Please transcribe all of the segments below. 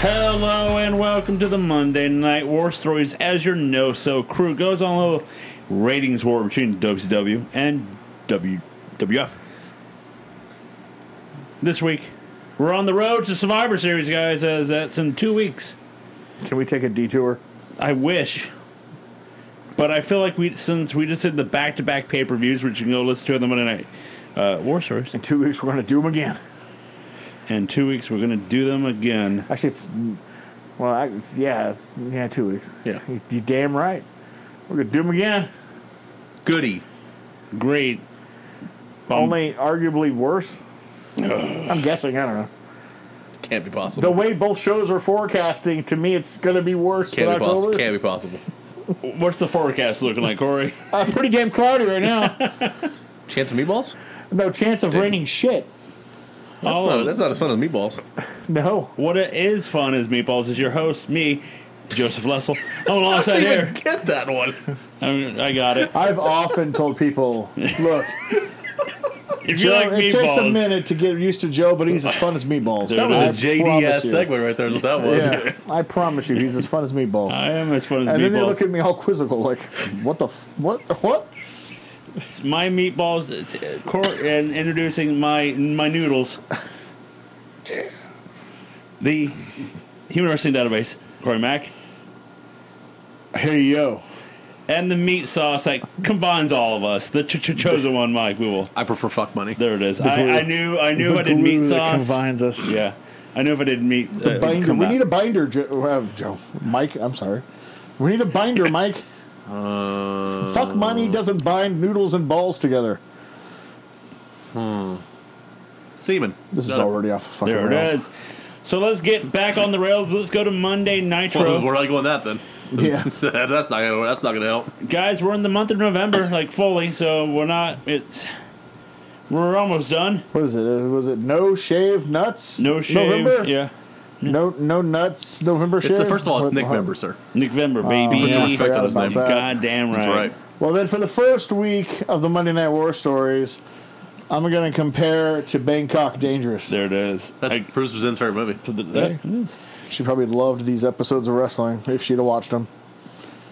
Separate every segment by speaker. Speaker 1: Hello and welcome to the Monday Night War Stories as your no so crew goes on a little ratings war between WCW and WWF. This week, we're on the road to Survivor Series, guys, as that's in two weeks.
Speaker 2: Can we take a detour?
Speaker 1: I wish. But I feel like we since we just did the back to back pay per views, which you can go listen to on the Monday Night uh, War Stories.
Speaker 2: In two weeks, we're going to do them again.
Speaker 1: In two weeks, we're going to do them again.
Speaker 2: Actually, it's well, I, it's, yeah, it's, yeah, two weeks.
Speaker 1: Yeah.
Speaker 2: you, you damn right. We're gonna do them again.
Speaker 3: Goody.
Speaker 1: Great.
Speaker 2: Only arguably worse. I'm guessing. I don't know.
Speaker 3: Can't be
Speaker 2: The
Speaker 3: possible.
Speaker 2: way both shows are forecasting, to me, it's gonna be worse than
Speaker 3: Can't be possible.
Speaker 2: October.
Speaker 3: Can't be possible.
Speaker 1: What's the forecast looking like, Corey?
Speaker 2: I'm pretty damn cloudy right now.
Speaker 3: Chance of meatballs?
Speaker 2: no chance of raining shit.
Speaker 3: That's, not, that's not as fun as meatballs.
Speaker 2: No.
Speaker 1: What it is fun is meatballs is your host, me, Joseph Lessel. I'm
Speaker 3: I
Speaker 1: alongside
Speaker 3: didn't
Speaker 1: here.
Speaker 3: even get that one.
Speaker 1: I, mean, I got it.
Speaker 4: I've often told people, look,
Speaker 1: If you
Speaker 4: Joe,
Speaker 1: like
Speaker 4: it takes a
Speaker 1: meatballs,
Speaker 4: minute to get used to Joe, but he's as fun as meatballs.
Speaker 1: That was a
Speaker 4: I promise you.
Speaker 3: right there. is what That
Speaker 4: Yeah, I promise you, he's as fun as meatballs.
Speaker 1: I am as fun as
Speaker 4: and then they look
Speaker 1: meatballs.
Speaker 4: at me all quizzical, like, what the, f- what, what?
Speaker 1: My meatballs, it's, uh, Cor- and introducing my my noodles. The Human Wrestling Database, Corey Mack,
Speaker 4: Hey yo,
Speaker 1: and the meat sauce that combines all of us. The ch- ch- chosen one, Mike Wewell.
Speaker 3: I prefer fuck money.
Speaker 1: There it is. I, I knew. I knew
Speaker 4: the
Speaker 1: if I did meat
Speaker 4: glue that
Speaker 1: sauce.
Speaker 4: combines us.
Speaker 1: Yeah, I knew if I did meat.
Speaker 4: The
Speaker 1: uh,
Speaker 4: binder.
Speaker 1: come
Speaker 4: We
Speaker 1: out.
Speaker 4: need a binder, Joe, uh, Joe. Mike. I'm sorry. We need a binder, Mike.
Speaker 1: Uh,
Speaker 4: Fuck money doesn't bind noodles and balls together.
Speaker 3: Semen.
Speaker 4: This is
Speaker 3: Not-
Speaker 4: already off the fucking
Speaker 1: There it
Speaker 4: rails.
Speaker 1: is. So let's get back on the rails. Let's go to Monday
Speaker 3: Well,
Speaker 1: Nitro.
Speaker 3: we're not going that then.
Speaker 4: Yeah.
Speaker 3: that's not gonna. That's not gonna help.
Speaker 1: Guys, we're in the month of November, like fully, so we're not it's we're almost done.
Speaker 4: What is it? Uh, Was it no shave nuts?
Speaker 1: No shave.
Speaker 4: November?
Speaker 1: Yeah.
Speaker 4: No, no nuts. November shave.
Speaker 3: It's the first of all. It's
Speaker 4: What-
Speaker 3: Nick
Speaker 4: what-
Speaker 3: Member, sir.
Speaker 1: November, baby.
Speaker 3: Put your
Speaker 4: I
Speaker 3: respect
Speaker 4: forgot
Speaker 3: on his
Speaker 4: about
Speaker 3: name.
Speaker 4: that.
Speaker 1: Goddamn
Speaker 3: That's
Speaker 1: right.
Speaker 3: right.
Speaker 4: Well, then for the first week of the Monday Night War stories, I'm going to compare to Bangkok Dangerous.
Speaker 1: There it is.
Speaker 3: That's
Speaker 1: I-
Speaker 3: Bruce was in favorite movie.
Speaker 1: th- that-
Speaker 4: She probably loved these episodes of wrestling if she'd have watched them.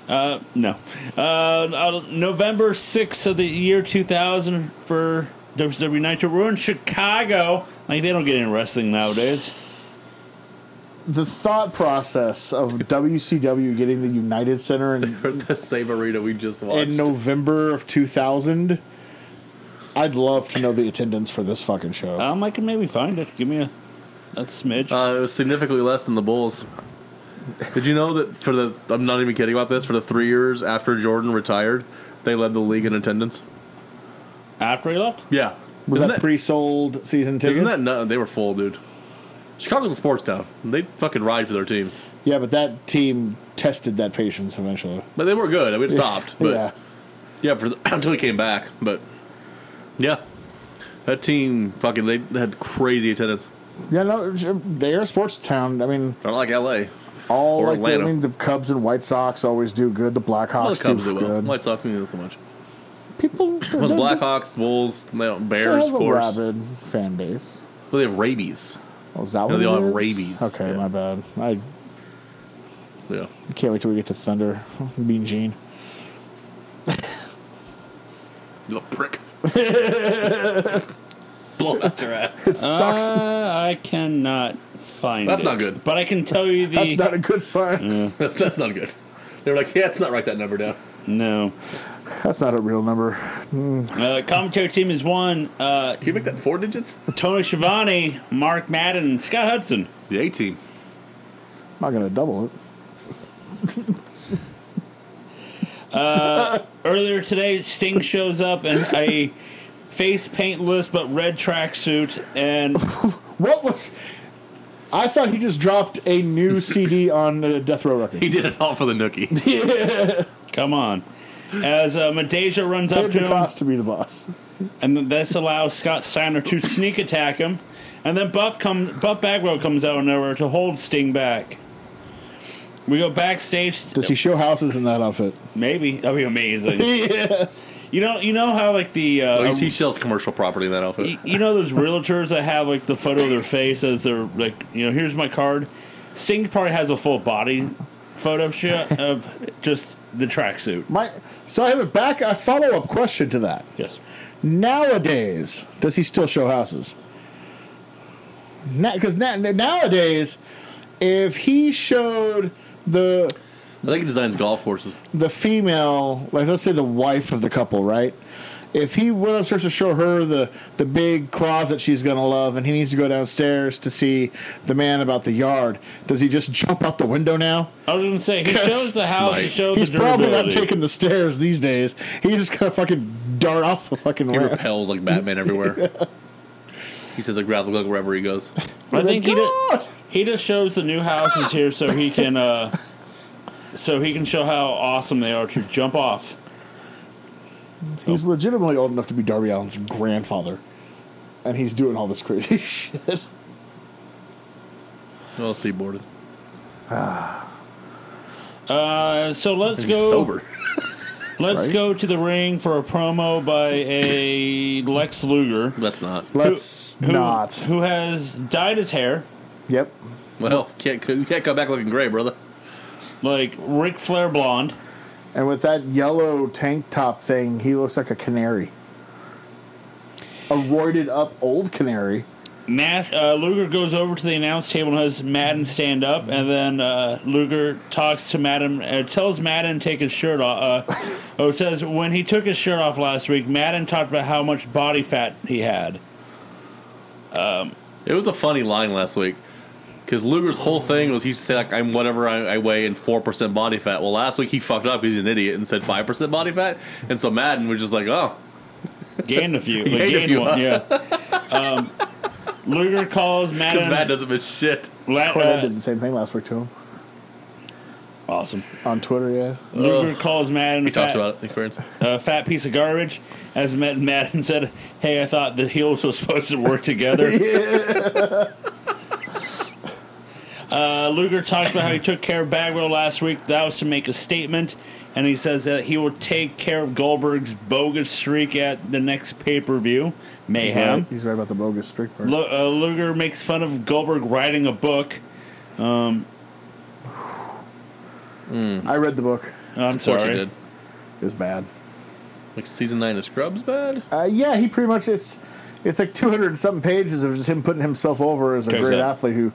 Speaker 1: uh, no. Uh, uh, November 6th of the year 2000 for WCW Nitro. We're in Chicago. Like, they don't get in wrestling nowadays.
Speaker 4: The thought process of WCW getting the United Center in,
Speaker 3: the same arena we just watched.
Speaker 4: in November of 2000. I'd love to know the attendance for this fucking show.
Speaker 1: Um, I can maybe find it. Give me a, a smidge.
Speaker 3: Uh, it was significantly less than the Bulls. Did you know that for the I'm not even kidding about this. For the three years after Jordan retired, they led the league in attendance.
Speaker 1: After he left?
Speaker 3: Yeah,
Speaker 4: Was
Speaker 3: isn't
Speaker 4: that, pre-sold season tickets?
Speaker 3: isn't that nut- they were full, dude? Chicago's a sports town. They fucking ride for their teams,
Speaker 4: yeah, but that team tested that patience eventually.
Speaker 3: but they were good. I mean, it stopped, but
Speaker 4: yeah.
Speaker 3: yeah, for the, until he came back. But yeah, that team fucking they had crazy attendance.
Speaker 4: Yeah, no, they are a sports town. I mean,
Speaker 3: They're like L.A.
Speaker 4: all
Speaker 3: Or
Speaker 4: like the, I
Speaker 3: Atlanta.
Speaker 4: mean, the Cubs and White Sox always do good. The
Speaker 3: Well,
Speaker 4: Blackhawks
Speaker 3: the Cubs
Speaker 4: do
Speaker 3: do well.
Speaker 4: good.
Speaker 3: White Sox didn't do so much.
Speaker 4: People,
Speaker 3: Well, the
Speaker 4: they-
Speaker 3: Blackhawks, Bulls, they don't,
Speaker 4: they
Speaker 3: Bears,
Speaker 4: have
Speaker 3: of
Speaker 4: a
Speaker 3: course.
Speaker 4: rabid fan base.
Speaker 3: But they have rabies.
Speaker 4: Oh, is that
Speaker 3: No,
Speaker 4: what
Speaker 3: they
Speaker 4: it
Speaker 3: all have
Speaker 4: is?
Speaker 3: rabies.
Speaker 4: Okay,
Speaker 3: Yeah.
Speaker 4: my bad. I
Speaker 3: Yeah.
Speaker 4: can't wait till we get to Thunder, Mean Gene.
Speaker 3: You little prick. Blow out your ass.
Speaker 4: It sucks.
Speaker 1: Uh, I cannot find
Speaker 3: That's
Speaker 1: it.
Speaker 3: not good.
Speaker 1: But I can tell you the.
Speaker 4: That's not a good sign.
Speaker 3: That's, that's not good. They were like, yeah, it's not write that number down.
Speaker 1: no.
Speaker 4: That's not a real number.
Speaker 1: Uh, commentary team is one uh,
Speaker 3: Can you make that four digits?
Speaker 1: Tony Schiavone, Mark Madden, and Scott Hudson.
Speaker 3: The A team.
Speaker 4: I'm not gonna double it.
Speaker 1: Earlier today, Sting shows up in a face paintless but red tracksuit and
Speaker 4: What was? I thought he just dropped a new CD on uh, Death Row Records.
Speaker 3: He did it all for the nookie.
Speaker 1: come on. As uh, Medeja runs up
Speaker 4: Paid
Speaker 1: to
Speaker 4: the
Speaker 1: him,
Speaker 4: cost to be the boss.
Speaker 1: and this allows Scott Steiner to sneak attack him. And then Buff come Buff Bagwell comes out of nowhere to hold Sting back. We go backstage.
Speaker 4: Does he show houses in that outfit?
Speaker 1: Maybe that'd be amazing. You know, you know how like the uh,
Speaker 3: At least he sells commercial property in that outfit.
Speaker 1: you, you know those realtors that have like the photo of their face as their like you know here's my card. Sting probably has a full body photo shot of just the tracksuit.
Speaker 4: My, so I have a back a follow up question to that.
Speaker 1: Yes.
Speaker 4: Nowadays, does he still show houses? Because nowadays, if he showed the
Speaker 3: I think he designs golf courses.
Speaker 4: the female, like let's say the wife of the couple, right? If he went upstairs to show her the the big closet she's gonna love, and he needs to go downstairs to see the man about the yard, does he just jump out the window now?
Speaker 1: I was gonna say he
Speaker 4: Yes.
Speaker 1: shows the house, he
Speaker 3: Mike.
Speaker 1: shows
Speaker 4: He's
Speaker 1: the
Speaker 4: probably not
Speaker 1: durability.
Speaker 4: taking the stairs these days. He's just gonna fucking dart off the fucking
Speaker 3: He
Speaker 4: ramp.
Speaker 3: repels like Batman everywhere. he says like gravel like wherever he goes.
Speaker 1: I think he
Speaker 4: God!
Speaker 1: just, he just shows the new houses here so he can uh so he can show how awesome they are to jump off.
Speaker 4: He's legitimately old enough to be Darby Allen's grandfather, and he's doing all this crazy shit.
Speaker 3: Well, Steve Borden.
Speaker 1: Uh, so let's
Speaker 3: He's
Speaker 1: go.
Speaker 3: sober.
Speaker 1: Let's
Speaker 4: right?
Speaker 1: go to the ring for a promo by a Lex Luger.
Speaker 3: That's not.
Speaker 4: Let's
Speaker 1: Who,
Speaker 4: not.
Speaker 1: Who has dyed his hair
Speaker 4: Yep.
Speaker 3: Well, can't you can't come back looking gray, brother.
Speaker 1: like Ric Flair blonde.
Speaker 4: And with that yellow tank top thing, he looks like a canary. A roided up old canary.
Speaker 1: Matt, uh, Luger goes over to the announce table and has Madden stand up, and then uh, Luger talks to Madden, uh, tells Madden to take his shirt off. Uh, oh, it says when he took his shirt off last week, Madden talked about how much body fat he had.
Speaker 3: It was a funny line last week because Luger's whole thing was he used to say like I'm whatever I, I weigh in four percent body fat. Well, last week he fucked up. 'cause He's an idiot and said five percent body fat, and so Madden was just like, oh,
Speaker 1: Gained a few,
Speaker 3: Gained a
Speaker 1: gained
Speaker 3: few,
Speaker 1: one,
Speaker 3: huh?
Speaker 1: yeah. Um, Luger calls
Speaker 3: because
Speaker 1: Madden.
Speaker 3: Madden doesn't miss shit.
Speaker 1: La-
Speaker 4: Cornette
Speaker 1: uh,
Speaker 4: did the same thing last week to him
Speaker 1: awesome.
Speaker 4: on Twitter. Yeah.
Speaker 1: Luger calls Madden.
Speaker 3: He
Speaker 1: fat,
Speaker 3: talks Oh. about it. Like, for instance.
Speaker 1: a fat piece of garbage. As Matt Madden said, "Hey, I thought the heels were supposed to work together." uh, Luger talks about how he took care of Bagwell last week. That was to make a statement, and he says that he will take care of Goldberg's bogus streak at the next pay per view, Mayhem.
Speaker 4: Right. He's right about the bogus streak part.
Speaker 1: Lu- uh, Luger makes fun of Goldberg writing a book.
Speaker 4: I read the book.
Speaker 1: I'm
Speaker 3: Of course he
Speaker 1: sorry.
Speaker 3: did.
Speaker 4: It was bad.
Speaker 3: Like season nine of Scrubs, bad.
Speaker 4: Uh, yeah, he pretty much it's it's like two hundred and something pages of just him putting himself over as a
Speaker 1: Okay,
Speaker 4: great
Speaker 1: so-
Speaker 4: athlete who,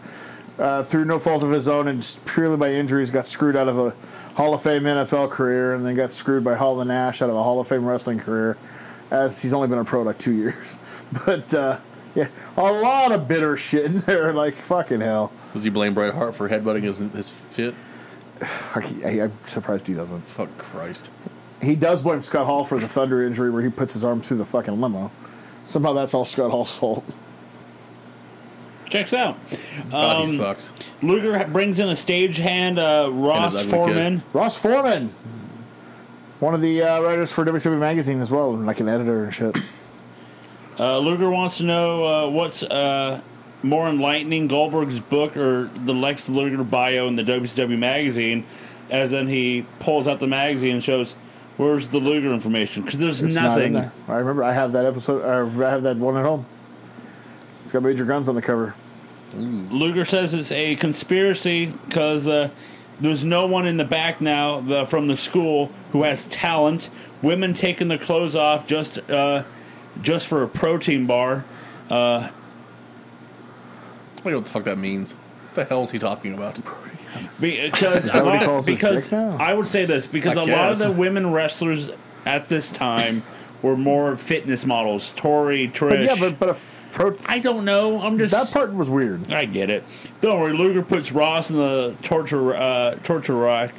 Speaker 4: uh, through no fault of his own and just purely by injuries, got screwed out of a Hall of Fame NFL career and then got screwed by Hall and Nash out of a Hall of Fame wrestling career, as he's only been a pro like two years. But uh, yeah, a lot of bitter shit in there. Like fucking hell,
Speaker 3: Does he blame Bret Hart for headbutting his his fit?
Speaker 4: Fuck, I, I'm surprised he doesn't.
Speaker 3: Fuck Christ.
Speaker 4: He does blame Scott Hall for the Thunder injury where he puts his arm through the fucking limo. Somehow that's all Scott Hall's fault.
Speaker 1: Checks out.
Speaker 3: God, he
Speaker 1: Um,
Speaker 3: sucks.
Speaker 1: Luger ha- brings in a stagehand, uh, Ross
Speaker 3: ugly kid.
Speaker 1: Foreman.
Speaker 4: Ross Foreman, one of the uh, writers for WWE magazine as well, and like an editor and shit.
Speaker 1: Uh, Luger wants to know uh, what's uh, more enlightening, Goldberg's book or the Lex Luger bio in the WCW magazine. As then he pulls out the magazine and shows, "Where's the Luger information?" Because there's
Speaker 4: It's not
Speaker 1: nothing.
Speaker 4: in there. I remember I have that episode. Or I have that one at home. It's got Major Guns on the cover.
Speaker 1: Luger says it's a conspiracy because uh, there's no one in the back now the, from the school who has talent. Women taking their clothes off just uh, just for a protein bar.
Speaker 3: I don't know what the fuck that means. What the hell is he talking about?
Speaker 1: Because
Speaker 4: Is that
Speaker 1: a
Speaker 4: what he
Speaker 1: lot-
Speaker 4: calls his
Speaker 1: uh, because
Speaker 4: dick now?
Speaker 1: I would say this because a
Speaker 3: I
Speaker 1: lot of
Speaker 3: guess.
Speaker 1: the women wrestlers at this time were more fitness models. Tori, Trish.
Speaker 4: But yeah, but but a f- pro-
Speaker 1: I don't know. I'm just.
Speaker 4: that part was weird.
Speaker 1: I get it. Don't worry. Luger puts Ross in the torture uh, torture rack,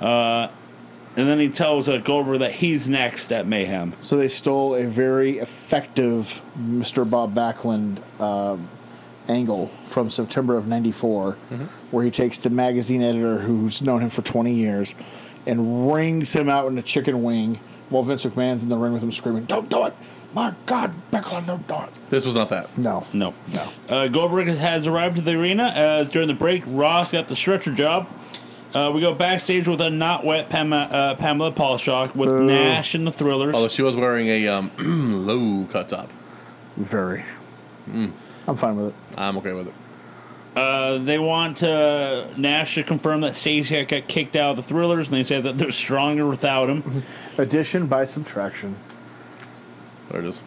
Speaker 1: uh, and then he tells uh, Goldberg that he's next at Mayhem.
Speaker 4: So they stole a very effective Mr. Bob Backlund um angle from September of '94, where he takes the magazine editor who's known him for 20 years and wrings him out in a chicken wing while Vince McMahon's in the ring with him screaming, "Don't do it! My God, Backlund, don't do it!"
Speaker 3: This was not that.
Speaker 4: No,
Speaker 1: No, no. Uh, Goldberg has- has arrived at the arena. As during the break, Ross got the stretcher job. Uh, we go backstage with a not wet Pam- uh, Pamela Paul shock with Nash and the Thrillers.
Speaker 3: Although Oh, she was wearing a um, low cut top.
Speaker 4: very. I'm fine with it.
Speaker 3: I'm okay with it.
Speaker 1: Uh, they want uh, Nash to confirm that Stacey got kicked out of the thrillers, and they say that they're stronger without him.
Speaker 4: Addition by subtraction.
Speaker 3: There it is.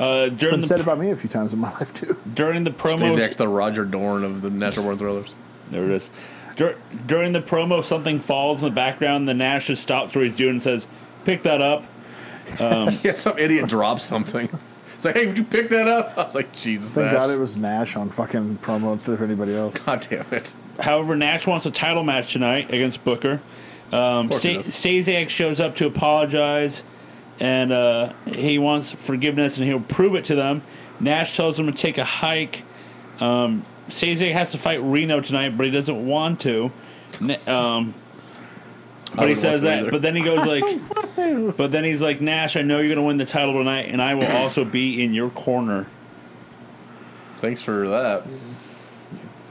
Speaker 1: Uh,
Speaker 4: Been
Speaker 1: during
Speaker 4: said
Speaker 1: the
Speaker 4: about me a few times in my life too.
Speaker 1: during the
Speaker 3: Stays
Speaker 1: promo,
Speaker 3: next to Roger Dorn of the Natural Born Thrillers.
Speaker 1: There it is. Dur- during the promo, something falls in the background. The Nash just stops where he's doing and says, "Pick that up."
Speaker 3: yeah, some idiot dropped something. It's like, hey, would you pick that up? I was like, Jesus,
Speaker 4: Thank
Speaker 3: Nash.
Speaker 4: God it was Nash on fucking promo instead of anybody else.
Speaker 3: God Ah, damn it.
Speaker 1: However, Nash wants a title match tonight against Booker. Um,
Speaker 3: course he
Speaker 1: Sta-
Speaker 3: does.
Speaker 1: Stasiak shows up to apologize, and uh, he wants forgiveness, and he'll prove it to them. Nash tells him to take a hike. Um, Stasiak has to fight Reno tonight, but he doesn't want to. Na- Um, but he
Speaker 3: wouldn't want
Speaker 1: says
Speaker 3: to
Speaker 1: that.
Speaker 3: either.
Speaker 1: But then he goes like, but then he's like, Nash, I know you're gonna win the title tonight, and I will also be in your corner.
Speaker 3: Thanks for that.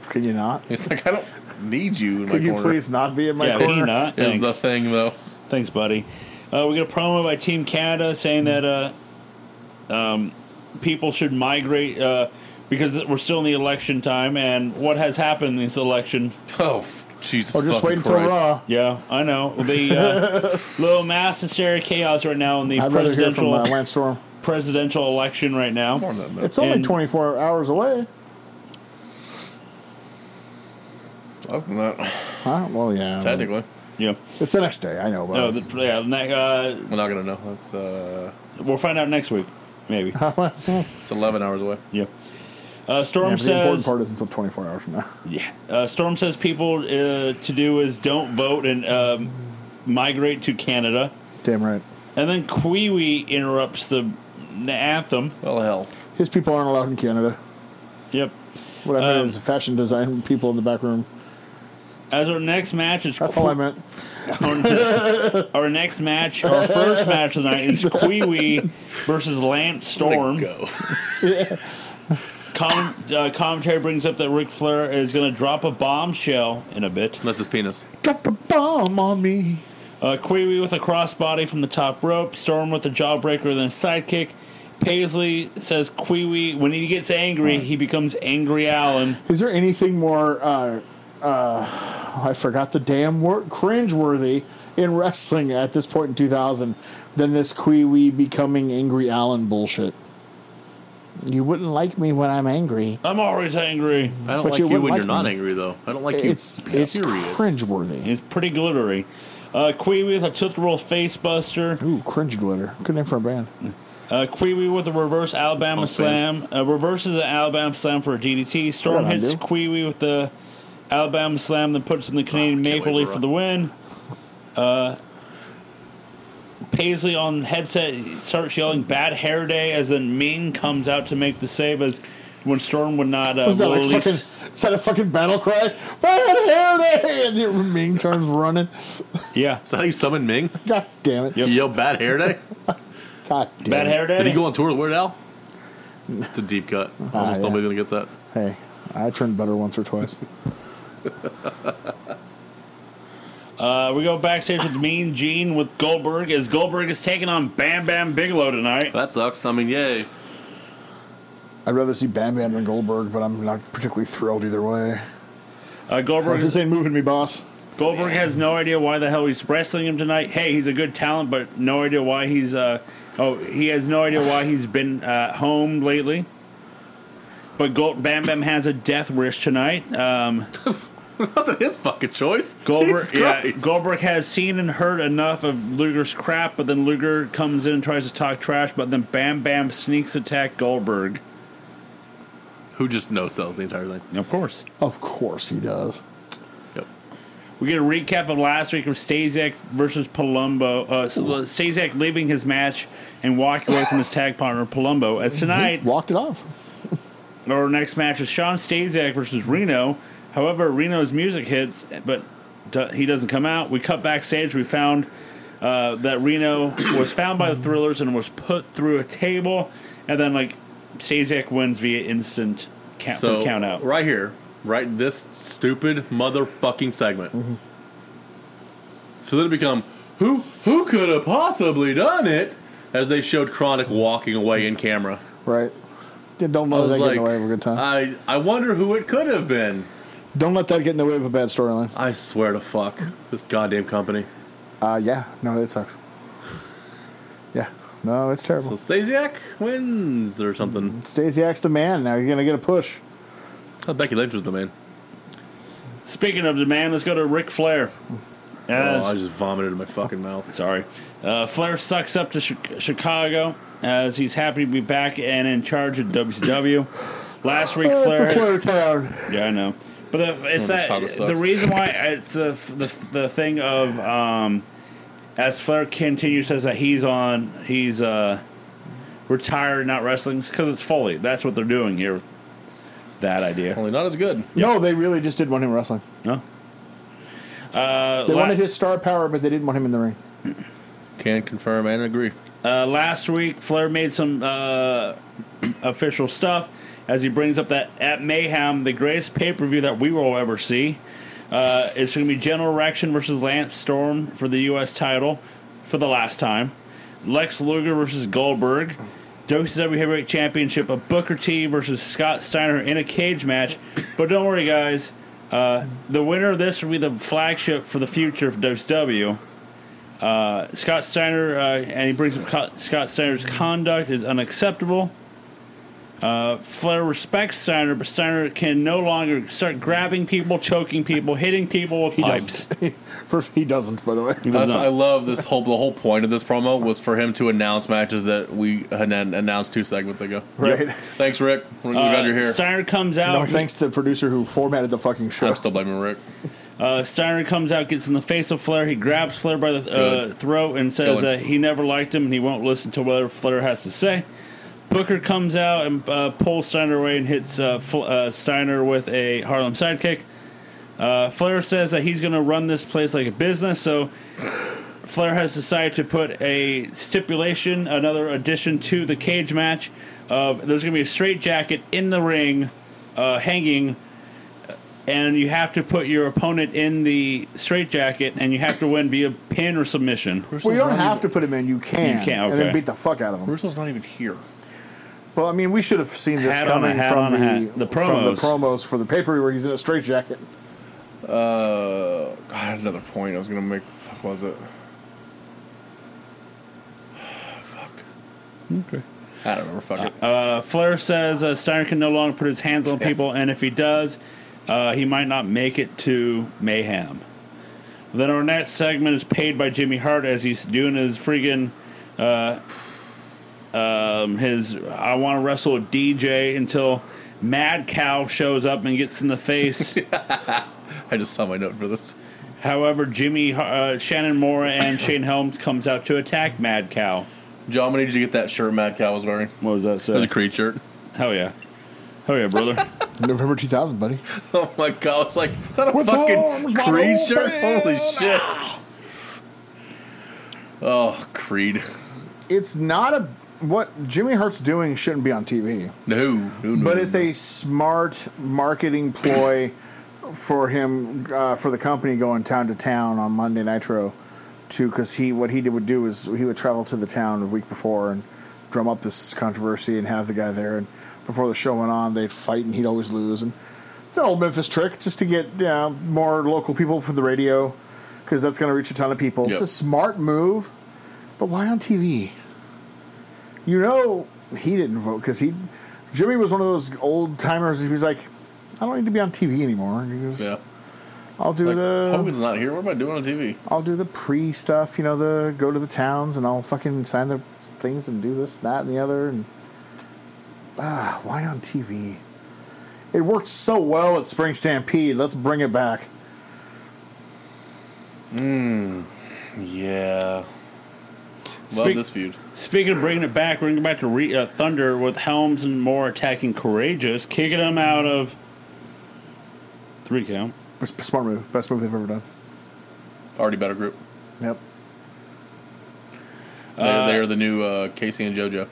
Speaker 4: Could you not?
Speaker 3: It's like, I don't need you in my
Speaker 4: Could you
Speaker 3: corner.
Speaker 4: please not be in my
Speaker 1: Yeah,
Speaker 4: corner?
Speaker 1: he's not.
Speaker 3: Is the
Speaker 1: Thanks.
Speaker 3: thing, though.
Speaker 1: Thanks, buddy. Uh, we got a promo by Team Canada saying that uh, um, people should migrate uh, because we're still in the election time, and what has happened in this election?
Speaker 3: Oh, f- Jesus
Speaker 4: Or just
Speaker 3: fucking
Speaker 4: wait until
Speaker 3: Christ.
Speaker 4: Raw.
Speaker 1: Yeah, I know the uh, little mass hysteria chaos right now in the
Speaker 4: I'd rather hear from
Speaker 1: presidential
Speaker 4: uh, Lance Storm.
Speaker 1: presidential election right now.
Speaker 3: Warm that minute.
Speaker 4: It's only
Speaker 1: And-
Speaker 4: 24 hours away.
Speaker 3: Less than that,
Speaker 4: Huh? Well, yeah.
Speaker 3: technically.
Speaker 1: Yeah,
Speaker 4: It's the next day. I know, but
Speaker 1: no, the, yeah, ne- uh,
Speaker 3: We're not going to know. It's, uh,
Speaker 1: we'll find out next week, maybe.
Speaker 3: it's 11 hours away.
Speaker 1: Yeah. Uh, Storm
Speaker 4: yeah, but the important
Speaker 1: says
Speaker 4: part is until 24 hours from now.
Speaker 1: Yeah. Uh, Storm says people uh, to do is don't vote and um, migrate to Canada.
Speaker 4: Damn right.
Speaker 1: And then Queewee interrupts the, the anthem.
Speaker 3: Well, hell.
Speaker 4: His people aren't allowed in Canada.
Speaker 1: Yep.
Speaker 4: What I meant
Speaker 1: Um,
Speaker 4: is the fashion design people in the back room.
Speaker 1: As our next match is
Speaker 4: That's all I meant.
Speaker 1: our, our next match, our first match of the night is Queewee versus Lance Storm.
Speaker 3: Go.
Speaker 1: Com- uh, commentary brings up that Ric Flair is going to drop a bombshell in a bit.
Speaker 3: That's his penis.
Speaker 4: Drop a bomb on me.
Speaker 1: Uh, Queevee with a crossbody from the top rope. Storm with a jawbreaker, then a sidekick. Paisley says Queevee, when he gets angry, he becomes Angry Allen.
Speaker 4: Is there anything more? Uh, uh, I forgot the damn word. Cringeworthy in wrestling at this point in 2000 than this Quee becoming angry Allen bullshit. You wouldn't like me when I'm angry.
Speaker 1: I'm always angry.
Speaker 3: I don't
Speaker 4: But
Speaker 3: like
Speaker 4: you
Speaker 3: you,
Speaker 4: wouldn't
Speaker 3: when you're
Speaker 4: like
Speaker 3: not
Speaker 4: me.
Speaker 3: angry, though. I don't like you.
Speaker 4: It's it's
Speaker 3: period.
Speaker 4: cringeworthy.
Speaker 1: It's pretty glittery. Uh, Queevee with a Tootsie Roll facebuster.
Speaker 4: Ooh, cringe glitter. Good name for a band.
Speaker 1: Uh, Queevee with a reverse Alabama
Speaker 3: Punk
Speaker 1: slam. Uh, reverses an Alabama slam for a DDT. Storm
Speaker 4: What did I
Speaker 1: hits
Speaker 4: do?
Speaker 1: Queevee with the Alabama slam, then puts in the Canadian
Speaker 3: Oh, can't
Speaker 1: Maple
Speaker 3: wait
Speaker 1: Leaf
Speaker 3: for
Speaker 1: for the win. Uh, Paisley on headset starts yelling "Bad Hair Day" as then Ming comes out to make the save as when Storm would not uh,
Speaker 4: Is that like
Speaker 1: release.
Speaker 4: fucking? Is that a fucking battle cry? Bad hair day, and the Ming turns running.
Speaker 1: yeah,
Speaker 3: Is that how you summon Ming?
Speaker 4: God damn it!
Speaker 1: Yep.
Speaker 3: Yo, bad hair day?
Speaker 4: God damn
Speaker 1: Bad
Speaker 4: it.
Speaker 1: Hair Day.
Speaker 3: Did he go on tour with Weird Al? It's a deep cut. Almost
Speaker 4: yeah.
Speaker 3: nobody's going to get that.
Speaker 4: Hey, I turned better once or twice.
Speaker 1: Uh, we go backstage with Mean Gene with Goldberg as Goldberg is taking on Bam Bam Bigelow tonight.
Speaker 3: That sucks. I mean, yay.
Speaker 4: I'd rather see Bam Bam than Goldberg, but I'm not particularly thrilled either way.
Speaker 1: Uh, Goldberg
Speaker 4: This ain't moving me, boss.
Speaker 1: Goldberg has no idea why the hell he's wrestling him tonight. Hey, he's a good talent, but no idea why he's. Uh, oh, he has no idea why he's been uh, home lately. But Gold Bam Bam has a death wish tonight. Um,
Speaker 3: wasn't his fucking choice.
Speaker 1: Goldberg,
Speaker 3: Jesus
Speaker 1: yeah,
Speaker 3: Christ.
Speaker 1: Goldberg has seen and heard enough of Luger's crap, but then Luger comes in and tries to talk trash, but then Bam Bam sneaks attack Goldberg.
Speaker 3: Who just no sells the entire thing.
Speaker 1: Of course.
Speaker 4: Of course he does.
Speaker 3: Yep.
Speaker 1: We get a recap of last week of Stazek versus Palumbo. Uh, Stazek leaving his match and walking away from his tag partner Palumbo. As tonight,
Speaker 4: Walked it off.
Speaker 3: Mm-hmm.
Speaker 1: our next match is Sean Stazek versus Reno. However, Reno's music hits, but do- he doesn't come out. We cut backstage. We found uh, that Reno was found by the Thrillers and was put through a table, and then like Stazek wins via instant count,
Speaker 3: So
Speaker 1: count out.
Speaker 3: right here, right this stupid motherfucking segment. So then it become who who could have possibly done it as they showed Chronic walking away in camera.
Speaker 4: Right. Don't
Speaker 3: I
Speaker 4: let that
Speaker 3: was
Speaker 4: get in
Speaker 3: like,
Speaker 4: the way of a good time.
Speaker 3: I, I wonder who it could have been.
Speaker 4: uh, Don't let that get in the way of a bad storyline.
Speaker 3: I swear to fuck this goddamn company.
Speaker 4: Uh, yeah, no, it sucks. Yeah, no, it's
Speaker 3: So
Speaker 4: terrible.
Speaker 3: Stasiak wins or something.
Speaker 4: Mm-hmm. Stasiak's the man. Now you're gonna get a push.
Speaker 3: Oh, Becky Lynch was the man.
Speaker 1: Speaking of the man, let's go to Ric Flair. As-
Speaker 3: Oh, I just vomited in my fucking mouth.
Speaker 1: Sorry. Uh, Flair sucks up to Chi- Chicago as he's happy to be back and in charge of WCW. Last week, Flair.
Speaker 4: town.
Speaker 1: Yeah, I know. But the, it's
Speaker 3: that's
Speaker 1: that
Speaker 3: how this
Speaker 1: the
Speaker 3: sucks.
Speaker 1: reason why uh, it's the the, the thing of um, as Flair continues says that he's on he's uh, retired, not wrestling because it's Foley. That's what they're doing here. That idea.
Speaker 3: Only not as good.
Speaker 4: No, they really just didn't want him wrestling.
Speaker 1: No. Uh,
Speaker 4: They
Speaker 1: la-
Speaker 4: wanted his star power, but they didn't want him in the ring.
Speaker 3: Can confirm and agree.
Speaker 1: Uh, last week, Flair made some uh, official stuff as he brings up that at Mayhem, the greatest pay per view that we will ever see. Uh, it's going to be General Reaction versus Lance Storm for the U.S. title for the last time. Lex Luger versus Goldberg. WCW Heavyweight Championship of Booker T versus Scott Steiner in a cage match. But don't worry, guys. Uh, the winner of this will be the flagship for the future of WCW. Scott Steiner, uh, and he brings up Co- Scott Steiner's conduct is unacceptable. Uh, Flair respects Steiner, but Steiner can no longer start grabbing people, choking people, hitting people with pipes.
Speaker 4: doesn't. First, he doesn't. By the way,
Speaker 3: That's,
Speaker 1: not.
Speaker 3: I love this whole. The whole point of this promo was for him to announce matches that we had an- announced two segments ago.
Speaker 4: right?
Speaker 3: Thanks, Rick. We're glad you're
Speaker 1: Uh,
Speaker 3: here.
Speaker 1: Steiner comes out.
Speaker 4: No, thanks to the producer who formatted the fucking show.
Speaker 3: I'm still blaming Rick.
Speaker 1: Uh, Steiner comes out, gets in the face of Flair. He grabs Flair by the uh,
Speaker 3: Good.
Speaker 1: throat and says
Speaker 3: Good.
Speaker 1: that he never liked him and he won't listen to whatever Flair has to say. Booker comes out and uh, pulls Steiner away and hits uh, Fl- uh, Steiner with a Harlem sidekick. Uh, Flair says that he's going to run this place like a business, so Flair has decided to put a stipulation, another addition to the cage match of there's going to be a straight jacket in the ring, uh, hanging, and you have to put your opponent in the straight jacket, and you have to win via pin or submission.
Speaker 4: Well, you don't have to put him in. You can.
Speaker 1: You can,
Speaker 4: And then
Speaker 1: okay.
Speaker 4: beat the fuck out of him.
Speaker 3: Russo's not even here.
Speaker 4: Well, I mean, we should have seen this
Speaker 1: Hat on a
Speaker 4: coming
Speaker 1: hat
Speaker 4: from
Speaker 1: on a
Speaker 4: the,
Speaker 1: hat. The
Speaker 4: from the
Speaker 1: promos.
Speaker 4: promos for the paper where he's in a straitjacket.
Speaker 3: Uh, I had another point I was gonna make. What the fuck was it? fuck. Okay. I don't remember. Fuck it.
Speaker 1: Uh, Flair says uh, Steiner can no longer put his hands on people, and if he does, uh, he might not make it to Mayhem. Then our next segment is paid by Jimmy Hart as he's doing his friggin' uh, um, his I want to wrestle a DJ until Mad Cow shows up and gets in the face.
Speaker 3: I just saw my note for this.
Speaker 1: However, Jimmy uh, Shannon Moore and Shane Helms comes out to attack Mad Cow.
Speaker 3: John, when did you get that shirt Mad Cow was wearing?
Speaker 1: What was that
Speaker 3: It was a
Speaker 1: say?
Speaker 3: Creed shirt.
Speaker 1: Hell yeah, hell yeah, brother.
Speaker 4: November 2000, buddy.
Speaker 3: Oh my god, it's like is that a
Speaker 4: With arms
Speaker 3: fucking
Speaker 4: wide
Speaker 3: Creed shirt?
Speaker 4: open.
Speaker 3: Holy shit. Oh, Creed.
Speaker 4: It's not a. What Jimmy Hart's doing shouldn't be on TV,
Speaker 3: No, no, no.
Speaker 4: but it's a smart marketing ploy for him, uh, for the company going town to town on Monday Nitro, to because he what he did would do is he would travel to the town the week before and drum up this controversy and have the guy there, and before the show went on they'd fight and he'd always lose, and it's an old Memphis trick just to get you know, more local people for the radio because that's going to reach a ton of people. It's
Speaker 3: Yep.
Speaker 4: a smart move, but why on TV? You know, he didn't vote because he, Jimmy was one of those old timers. He was like, I don't need to be on TV anymore. He goes,
Speaker 3: Yeah.
Speaker 4: I'll do
Speaker 3: Like,
Speaker 4: the,
Speaker 3: Hogan's not here. What am I doing on TV?
Speaker 4: I'll do the pre stuff. You know, the go to the towns and I'll fucking sign the things and do this, that, and the other. And ah, why on TV? It worked so well at Spring Stampede. Let's bring it back.
Speaker 3: Yeah. Love
Speaker 1: Speak-
Speaker 3: this feud.
Speaker 1: Speaking of bringing it back, we're going to go back to re- uh, Thunder with Helms and Moore attacking Courageous, kicking him out of three count.
Speaker 4: It's a smart move. Best move they've ever done.
Speaker 3: Already better group.
Speaker 4: Yep.
Speaker 3: They're, they're the new uh, Casey and JoJo.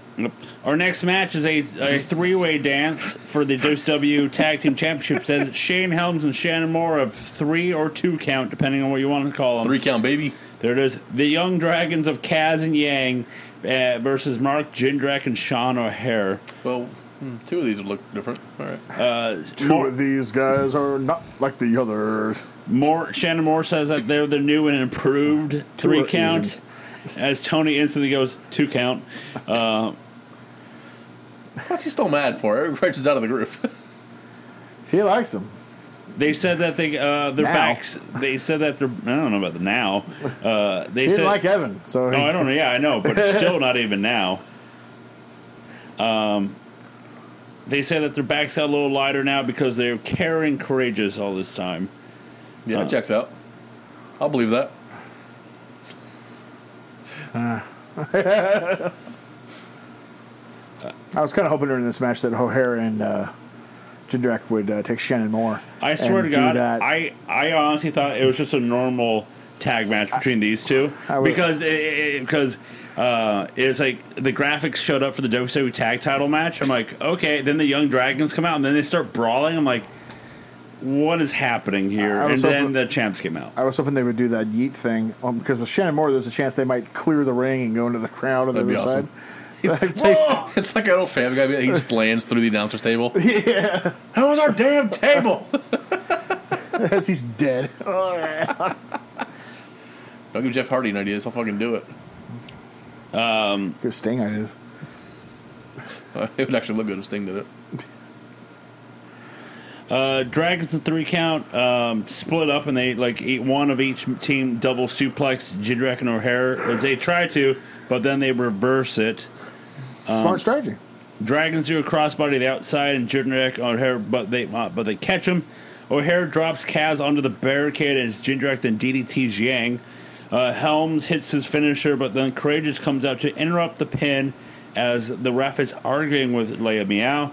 Speaker 1: Our next match is a, a three way dance for the WCW Tag Team Championships as it's Shane Helms and Shannon Moore of three or two count, depending on what you want to call them.
Speaker 3: Three count, baby.
Speaker 1: There it is. The Young Dragons of Kaz and Yang uh, versus Mark Jindrak and Sean O'Hare.
Speaker 3: Well, hmm, Two of these would look different. All right. Uh,
Speaker 2: Two of these guys are not like the others.
Speaker 1: Moore, Shannon Moore says that they're the new and improved three
Speaker 2: Tour
Speaker 1: count. As Tony instantly goes two count.
Speaker 3: What's he still mad for? Eric Branch is out of the group.
Speaker 4: He likes them.
Speaker 1: They said that they uh, their
Speaker 2: Now.
Speaker 1: backs. They said that they're. I don't know about the now. Uh, they
Speaker 4: He
Speaker 1: said
Speaker 4: didn't like Evan, so
Speaker 1: No,
Speaker 4: he-
Speaker 1: I don't know. Yeah, I know, but it's still not even now. Um, they say that their backs got a little lighter now because they're caring, courageous all this time.
Speaker 3: Yeah, that checks out. I'll believe that.
Speaker 4: I was kind of hoping during this match that O'Hara and uh, Jindrak would uh, take Shannon Moore.
Speaker 1: I swear to
Speaker 4: and do
Speaker 1: God,
Speaker 4: that.
Speaker 1: I I honestly thought it was just a normal tag match between these two
Speaker 4: I would-
Speaker 1: because it- it, because uh, it was like the graphics showed up for the WWE tag title match. I'm like, okay. Then the Young Dragons come out and then they start brawling. I'm like, what is happening here?
Speaker 4: I
Speaker 1: And
Speaker 4: was
Speaker 1: then
Speaker 4: hoping-
Speaker 1: the champs came out.
Speaker 4: I was hoping they would do that yeet thing um, because with Shannon Moore, there's a chance they might clear the ring and go into the crowd on the
Speaker 3: That'd
Speaker 4: other
Speaker 3: be awesome.
Speaker 4: side. Take-
Speaker 3: It's like an old family guy. but He just lands through the announcer's table. Yeah. That was our damn table.
Speaker 4: As he's dead.
Speaker 3: Don't give Jeff Hardy an idea. He'll fucking do it.
Speaker 4: Good sting I did.
Speaker 3: It would actually look good if Sting did it.
Speaker 1: Uh, Dragons and three count um, split up, and they like eat one of each team double suplex Jindrak and O'Hara. Or They try to, but then they reverse it.
Speaker 3: Um,
Speaker 4: Smart strategy.
Speaker 1: Dragons do a crossbody to the outside, and Jindrak and O'Hara, but they uh, but they catch him. O'Hara drops Kaz onto the barricade, and it's Jindrak then DDT's Yang. Uh, Helms hits his finisher, but then Courageous comes out to interrupt the pin as the ref is arguing with Leia Meow.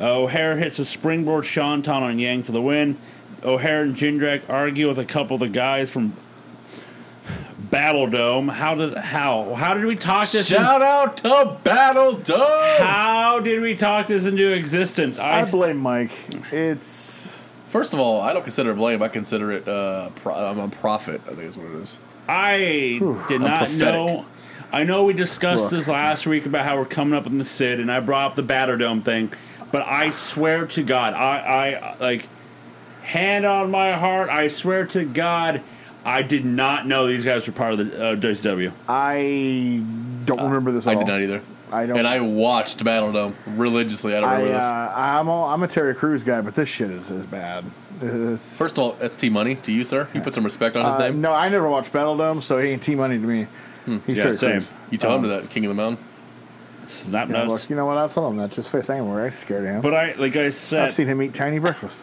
Speaker 1: Uh, O'Hara hits a springboard shanton on Yang for the win. O'Hara and Jindrak argue with a couple of the guys from Battle Dome. How did how how did we talk this? in-
Speaker 3: Shout out to Battle Dome.
Speaker 1: how did we talk this into existence? I,
Speaker 4: I blame Mike. It's.
Speaker 3: First of all, I don't consider it blame. I consider it uh, pro- I'm a profit. I think is what it is.
Speaker 1: I did not
Speaker 3: pathetic.
Speaker 1: know. I know we discussed
Speaker 4: Look.
Speaker 1: this last week about how we're coming up in the Sid, and I brought up the Batter Dome thing. But I swear to God, I, I like hand on my heart. I swear to God, I did not know these guys were part of the uh, WCW.
Speaker 4: I don't remember this at
Speaker 3: Uh, I
Speaker 4: all.
Speaker 3: did not either.
Speaker 4: Oh, I don't-
Speaker 3: And I watched Battle Dome religiously. I don't
Speaker 4: I,
Speaker 3: remember this.
Speaker 4: uh, I'm, all, I'm a Terry Crews guy, but this shit is, is bad. It's-
Speaker 3: First of all, that's T Money to you, sir. You put some respect on his
Speaker 4: uh,
Speaker 3: name. Hmm.
Speaker 4: no, I never watched Battle Dome, so he ain't T Money to me. He's
Speaker 1: yeah,
Speaker 4: Terry
Speaker 1: same.
Speaker 4: Crews.
Speaker 3: You tell him to that King of the Mountain.
Speaker 1: Snap
Speaker 4: Yeah,
Speaker 1: notes.
Speaker 4: look, you know what? I'll tell him that. Just face anywhere. I scared of him.
Speaker 1: But uh, I, like I
Speaker 4: I've
Speaker 1: said,
Speaker 4: seen him eat tiny breakfast.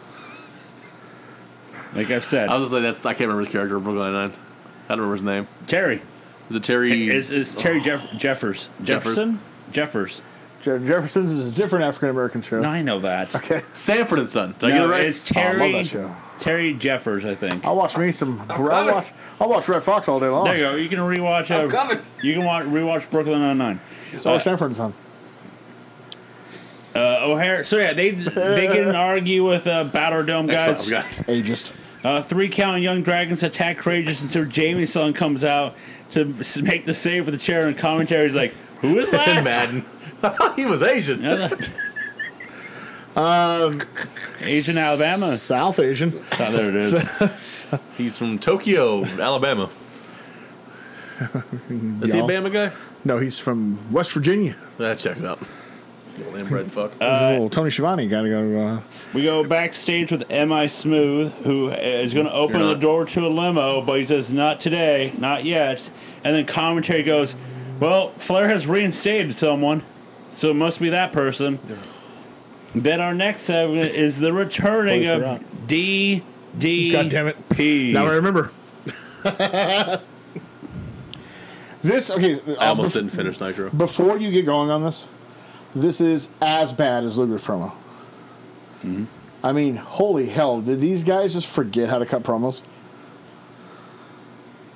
Speaker 1: like I've said,
Speaker 3: I was just like, that's I can't remember his character. Brooklyn Nine. I don't remember his name.
Speaker 1: Terry
Speaker 3: Is it Terry?
Speaker 1: is, is Terry Jeff- Jeffers
Speaker 3: Jeffers.
Speaker 1: Jefferson Jeffers.
Speaker 4: Je- Jefferson's is a different African American show.
Speaker 1: No, I know that.
Speaker 4: Okay.
Speaker 3: Sanford and Son. Did I get
Speaker 1: No,
Speaker 3: it right?
Speaker 1: It's
Speaker 4: Oh, I love
Speaker 1: Terry.
Speaker 4: that show.
Speaker 1: Terry Jeffers, I think.
Speaker 4: I watch me some. I
Speaker 3: coming.
Speaker 4: watch. I watch Red Fox all day long.
Speaker 1: Oh, There you go. You can rewatch.
Speaker 3: I'm
Speaker 1: uh,
Speaker 3: coming.
Speaker 1: You can watch, rewatch Brooklyn Nine Nine.
Speaker 4: So uh, Sanford's on.
Speaker 1: Uh, O'Hare. So yeah, they they get in an argue with uh, Battle Dome
Speaker 3: Excellent.
Speaker 1: guys.
Speaker 3: God.
Speaker 4: Ageist.
Speaker 1: Uh, three count Young Dragons attack Courageous until Jamie Son comes out to s- make the save for the chair and commentary. He's like, "Who is that?"
Speaker 3: Madden. I thought he was Asian.
Speaker 1: Yeah,
Speaker 4: Um,
Speaker 1: Asian Alabama.
Speaker 4: South Asian.
Speaker 1: Oh, there it is.
Speaker 3: He's from Tokyo, Alabama. Is he a
Speaker 4: Y'all.
Speaker 3: Bama guy?
Speaker 4: No, he's from West Virginia.
Speaker 3: That checks out. Little inbred fuck.
Speaker 1: Uh,
Speaker 4: He's a little Tony Schiavone got to go. Uh,
Speaker 1: We go backstage with Mi Smooth, who is going to open
Speaker 3: You're
Speaker 1: the
Speaker 3: not.
Speaker 1: door to a limo, but he says not today, not yet. And then commentary goes, "Well, Flair has reinstated someone, so it must be that person." Then our next segment is the returning
Speaker 4: Totally
Speaker 1: of
Speaker 4: forgot.
Speaker 1: D D
Speaker 4: God damn it.
Speaker 1: P.
Speaker 4: Now I remember. this okay. uh,
Speaker 3: I almost
Speaker 4: bef-
Speaker 3: didn't finish Nitro.
Speaker 4: Before you get going on this, this is as bad as Luger's promo. I mean, holy hell! Did these guys just forget how to cut promos?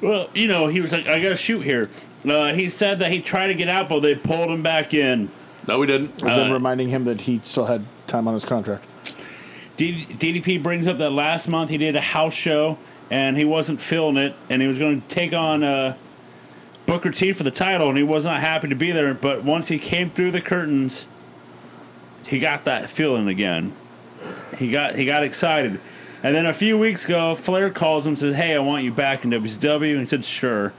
Speaker 1: Well, you know, he was like, "I got to shoot here." Uh, he said that he tried to get out, but they pulled him back in.
Speaker 3: No, we didn't.
Speaker 4: As in
Speaker 1: Uh,
Speaker 4: reminding him that he still had time on his contract.
Speaker 1: D- DDP brings up that last month he did a house show and he wasn't feeling it, and he was going to take on uh, Booker T for the title, and he was not happy to be there. But once he came through the curtains, he got that feeling again. He got he got excited. And then a few weeks ago, Flair calls him and says, Hey, I want you back in WCW. And he said, Sure.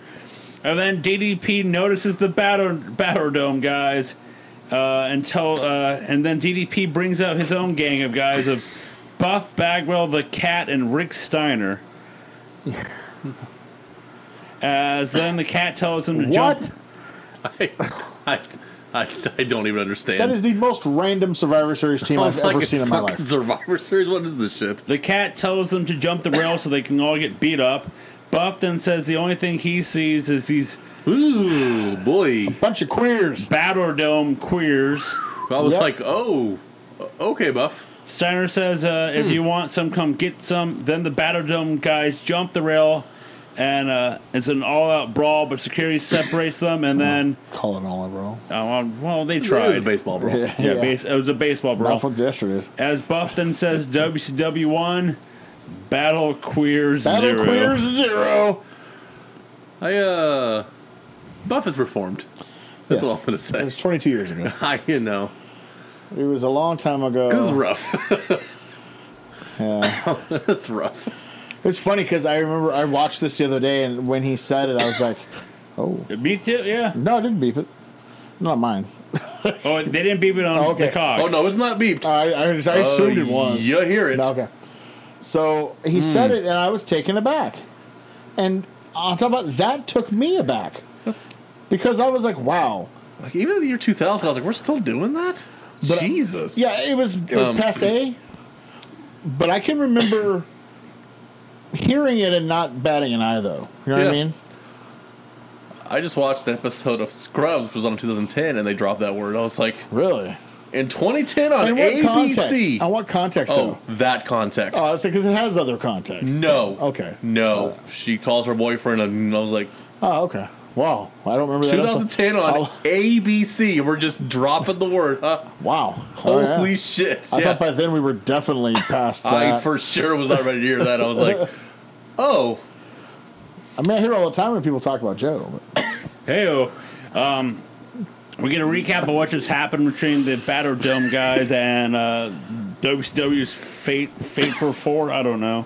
Speaker 1: And then DDP notices the battle, battle dome guys. Uh, and, tell, uh, and then DDP brings out his own gang of guys of Buff Bagwell, the Cat, and Rick Steiner. As then the cat tells him to
Speaker 4: What?
Speaker 1: jump.
Speaker 3: I, I, I, I don't even understand.
Speaker 4: That is the most random Survivor Series team
Speaker 3: I
Speaker 4: I've
Speaker 3: was Oh, like,
Speaker 4: ever
Speaker 3: it's
Speaker 4: seen in my
Speaker 3: fucking
Speaker 4: life.
Speaker 3: Survivor Series. What is this shit?
Speaker 1: The cat tells them to jump the rail so they can all get beat up. Buff then says the only thing he sees is these
Speaker 3: Ooh, boy.
Speaker 4: Bunch of queers.
Speaker 1: Battle Dome queers.
Speaker 3: I was
Speaker 4: Yep.
Speaker 3: like, oh, okay, Buff.
Speaker 1: Steiner says, uh, if you want some, come get some. Then the Battle Dome guys jump the rail, and uh, it's an all out brawl, but security separates them, and then,
Speaker 4: Call it all, bro.
Speaker 1: oh, well, they
Speaker 3: It was a
Speaker 1: tried.
Speaker 3: baseball brawl.
Speaker 4: Yeah.
Speaker 1: yeah, Base, it was a baseball brawl.
Speaker 4: Ralph of yesterday's.
Speaker 1: As Buff then says, WCW 1, Battle Queers
Speaker 4: Battle
Speaker 1: 0.
Speaker 4: queers zero.
Speaker 3: I uh, Buff is reformed. That's
Speaker 4: Yes.
Speaker 3: all I'm gonna
Speaker 4: It
Speaker 3: say.
Speaker 4: was 22 years ago.
Speaker 3: I you know,
Speaker 4: It was a long time
Speaker 3: it was
Speaker 4: ago.
Speaker 3: rough.
Speaker 4: Oh. Yeah.
Speaker 3: That's rough.
Speaker 4: It's funny because I remember I watched this the other day, and when he said it, I was like, "Oh
Speaker 1: Me too, yeah.
Speaker 4: no, I didn't beep it. Not mine.
Speaker 1: Oh, they didn't beep it on
Speaker 4: Oh, okay.
Speaker 1: the cock.
Speaker 3: Oh no, it's not beeped.
Speaker 4: I I, I
Speaker 3: Oh,
Speaker 4: assumed it was.
Speaker 3: You hear it?
Speaker 4: No, okay. So
Speaker 3: Hmm.
Speaker 4: he said it, and I was taken aback. And on top of that, that took me aback because I was like, "Wow."
Speaker 3: Like even in the year 2000, I was like, we're still doing that.
Speaker 4: But- uh,
Speaker 3: Jesus.
Speaker 4: Yeah, it was it was
Speaker 3: Um,
Speaker 4: passe, but I can remember hearing it and not batting an eye though. You know what I
Speaker 3: Yeah.
Speaker 4: mean?
Speaker 3: I just watched an episode of Scrubs, which was on in 2010, and they dropped that word. I was like,
Speaker 4: Really?
Speaker 3: in 2010 on
Speaker 4: In what context?
Speaker 3: ABC.
Speaker 4: I want context
Speaker 3: oh,
Speaker 4: though.
Speaker 3: that context.
Speaker 4: Oh, it's because it has other context.
Speaker 3: no.
Speaker 4: Okay.
Speaker 3: No. She calls her boyfriend, and I was like,
Speaker 4: Oh, okay. Wow, I don't remember that.
Speaker 3: 2010 on
Speaker 4: Oh,
Speaker 3: ABC. We're just dropping the word. Huh?
Speaker 4: wow.
Speaker 3: Holy
Speaker 4: Oh, yeah.
Speaker 3: shit!
Speaker 4: I
Speaker 3: yeah.
Speaker 4: thought by then we were definitely past that.
Speaker 3: I
Speaker 4: I,
Speaker 3: for sure was not ready to hear that. I was like, oh,
Speaker 4: mean, I hear all the time when people talk about Joe. but-
Speaker 1: Heyo. Um, we're going to recap of what just happened between the Battle Dome guys and uh, WCW's Fate, Fate for Four. I don't know.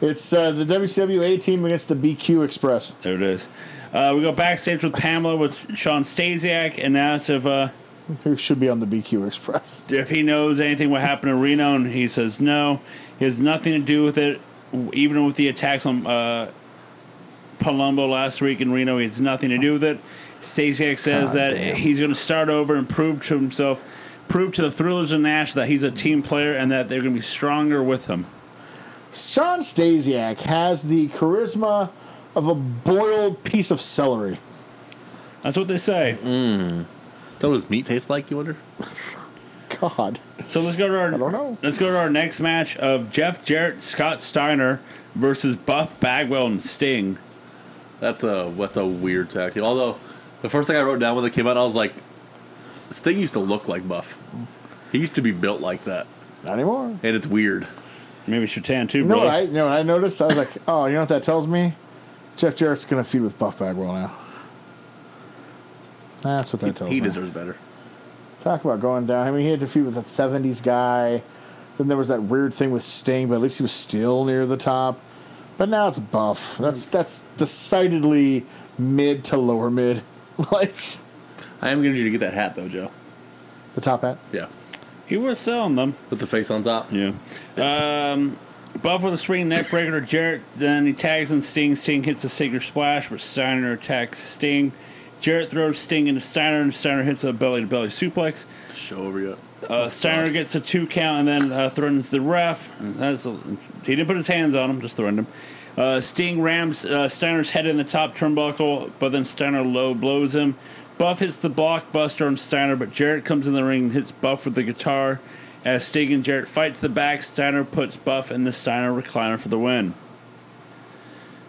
Speaker 4: It's uh, the WCWA team against the BQ Express.
Speaker 1: There it is. Uh, we go backstage with Pamela with Sean Stasiak and asks if uh,
Speaker 4: Who should be on the BQ Express?
Speaker 1: if he knows anything what happened to Reno, and he says no. He has nothing to do with it, w- even with the attacks on uh, Palumbo last week in Reno. He has nothing to do with it. Stasiak says
Speaker 4: God
Speaker 1: that
Speaker 4: damn.
Speaker 1: he's going to start over and prove to himself, prove to the Thrillers and Nash that he's a team player and that they're going to be stronger with him.
Speaker 4: Sean Stasiak has the charisma of a boiled piece of celery.
Speaker 1: That's what they say.
Speaker 4: Mm.
Speaker 3: that was meat taste like. You wonder?
Speaker 4: God.
Speaker 1: So let's go to our
Speaker 4: don't know.
Speaker 1: let's go to our next match of Jeff Jarrett, Scott Steiner versus Buff Bagwell and Sting.
Speaker 3: That's a that's a weird tag team. Although the first thing I wrote down when they came out, I was like, Sting used to look like Buff. He used to be built like that,
Speaker 4: Not anymore.
Speaker 3: and it's weird.
Speaker 1: Maybe Shatan too,
Speaker 4: You know
Speaker 1: bro.
Speaker 4: what I, you know what I noticed? I was like, oh, you know what that tells me? Jeff Jarrett's going to feud with Buff Bagwell now. That's what that tells
Speaker 3: He
Speaker 4: me.
Speaker 3: deserves better.
Speaker 4: Talk about going down. I mean, he had to feud with that 70s guy. Then there was that weird thing with Sting, but at least he was still near the top. But now it's Buff. That's that's decidedly mid to lower mid. like
Speaker 3: I am going to need to get that hat though, Joe.
Speaker 4: the top hat.
Speaker 3: Yeah,
Speaker 1: He was selling them.
Speaker 3: with the face on top.
Speaker 1: Yeah. Um, Buff with a swing neck breaker to Jarrett. Then he tags in Sting. Sting hits a Stinger splash, but Steiner attacks Sting. Jarrett throws Sting into Steiner, and Steiner hits a belly to belly suplex.
Speaker 3: Show over you.
Speaker 1: Uh, Steiner gets a two count and then uh, threatens the ref. That's a, he didn't put his hands on him, just threatened him. Uh, Sting rams uh, Steiner's head in the top turnbuckle, but then Steiner low blows him. Buff hits the blockbuster on Steiner, but Jarrett comes in the ring and hits Buff with the guitar. As Sting and Jarrett fight to the back, Steiner puts Buff in the Steiner recliner for the win.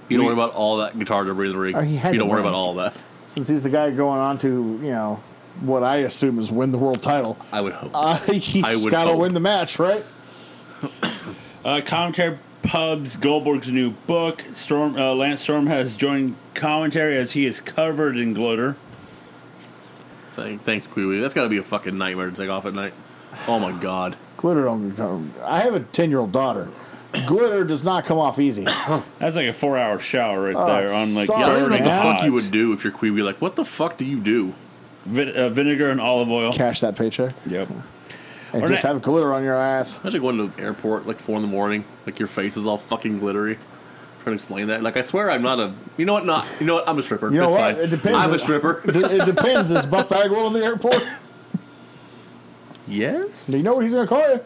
Speaker 3: You don't
Speaker 1: We-
Speaker 3: worry about all that guitar debris in the ring.
Speaker 4: Oh, he had
Speaker 3: you don't
Speaker 4: to
Speaker 3: worry
Speaker 4: win.
Speaker 3: about all that.
Speaker 4: Since he's the guy going on to, you know, what I assume is win the world title.
Speaker 3: I would hope.
Speaker 4: Uh,
Speaker 3: I
Speaker 4: he's
Speaker 3: would
Speaker 4: got to
Speaker 3: hope.
Speaker 4: win the match, right?
Speaker 1: Uh, commentary pubs Goldberg's new book. Storm uh, Lance Storm has joined commentary as he is covered in glitter.
Speaker 3: Thank- Thanks, Queelie. That's got to be a fucking nightmare to take off at night. Oh my god.
Speaker 4: Glitter don't. I have a ten year old daughter. Glitter does not come off easy.
Speaker 1: That's like a four hour shower right
Speaker 4: Oh,
Speaker 1: there
Speaker 4: it
Speaker 1: on like
Speaker 4: sucks,
Speaker 3: Yeah, I don't know what the
Speaker 4: man.
Speaker 3: fuck you would do if your queen be like, what the fuck do you do?
Speaker 1: Vin- uh, vinegar and olive oil.
Speaker 4: Cash that paycheck
Speaker 1: Yep.
Speaker 4: and
Speaker 1: Or
Speaker 4: just
Speaker 1: that-
Speaker 4: have glitter on your ass.
Speaker 3: Imagine going to the airport like four in the morning, like your face is all fucking glittery. Trying to explain that. Like I swear I'm not a you know what not you know what I'm a stripper.
Speaker 4: You know
Speaker 3: it's
Speaker 4: what?
Speaker 3: fine.
Speaker 4: It depends.
Speaker 3: I'm a stripper.
Speaker 4: D- it depends. Is Buff Bagwell in the airport?
Speaker 3: yes?
Speaker 4: You know what he's gonna call you?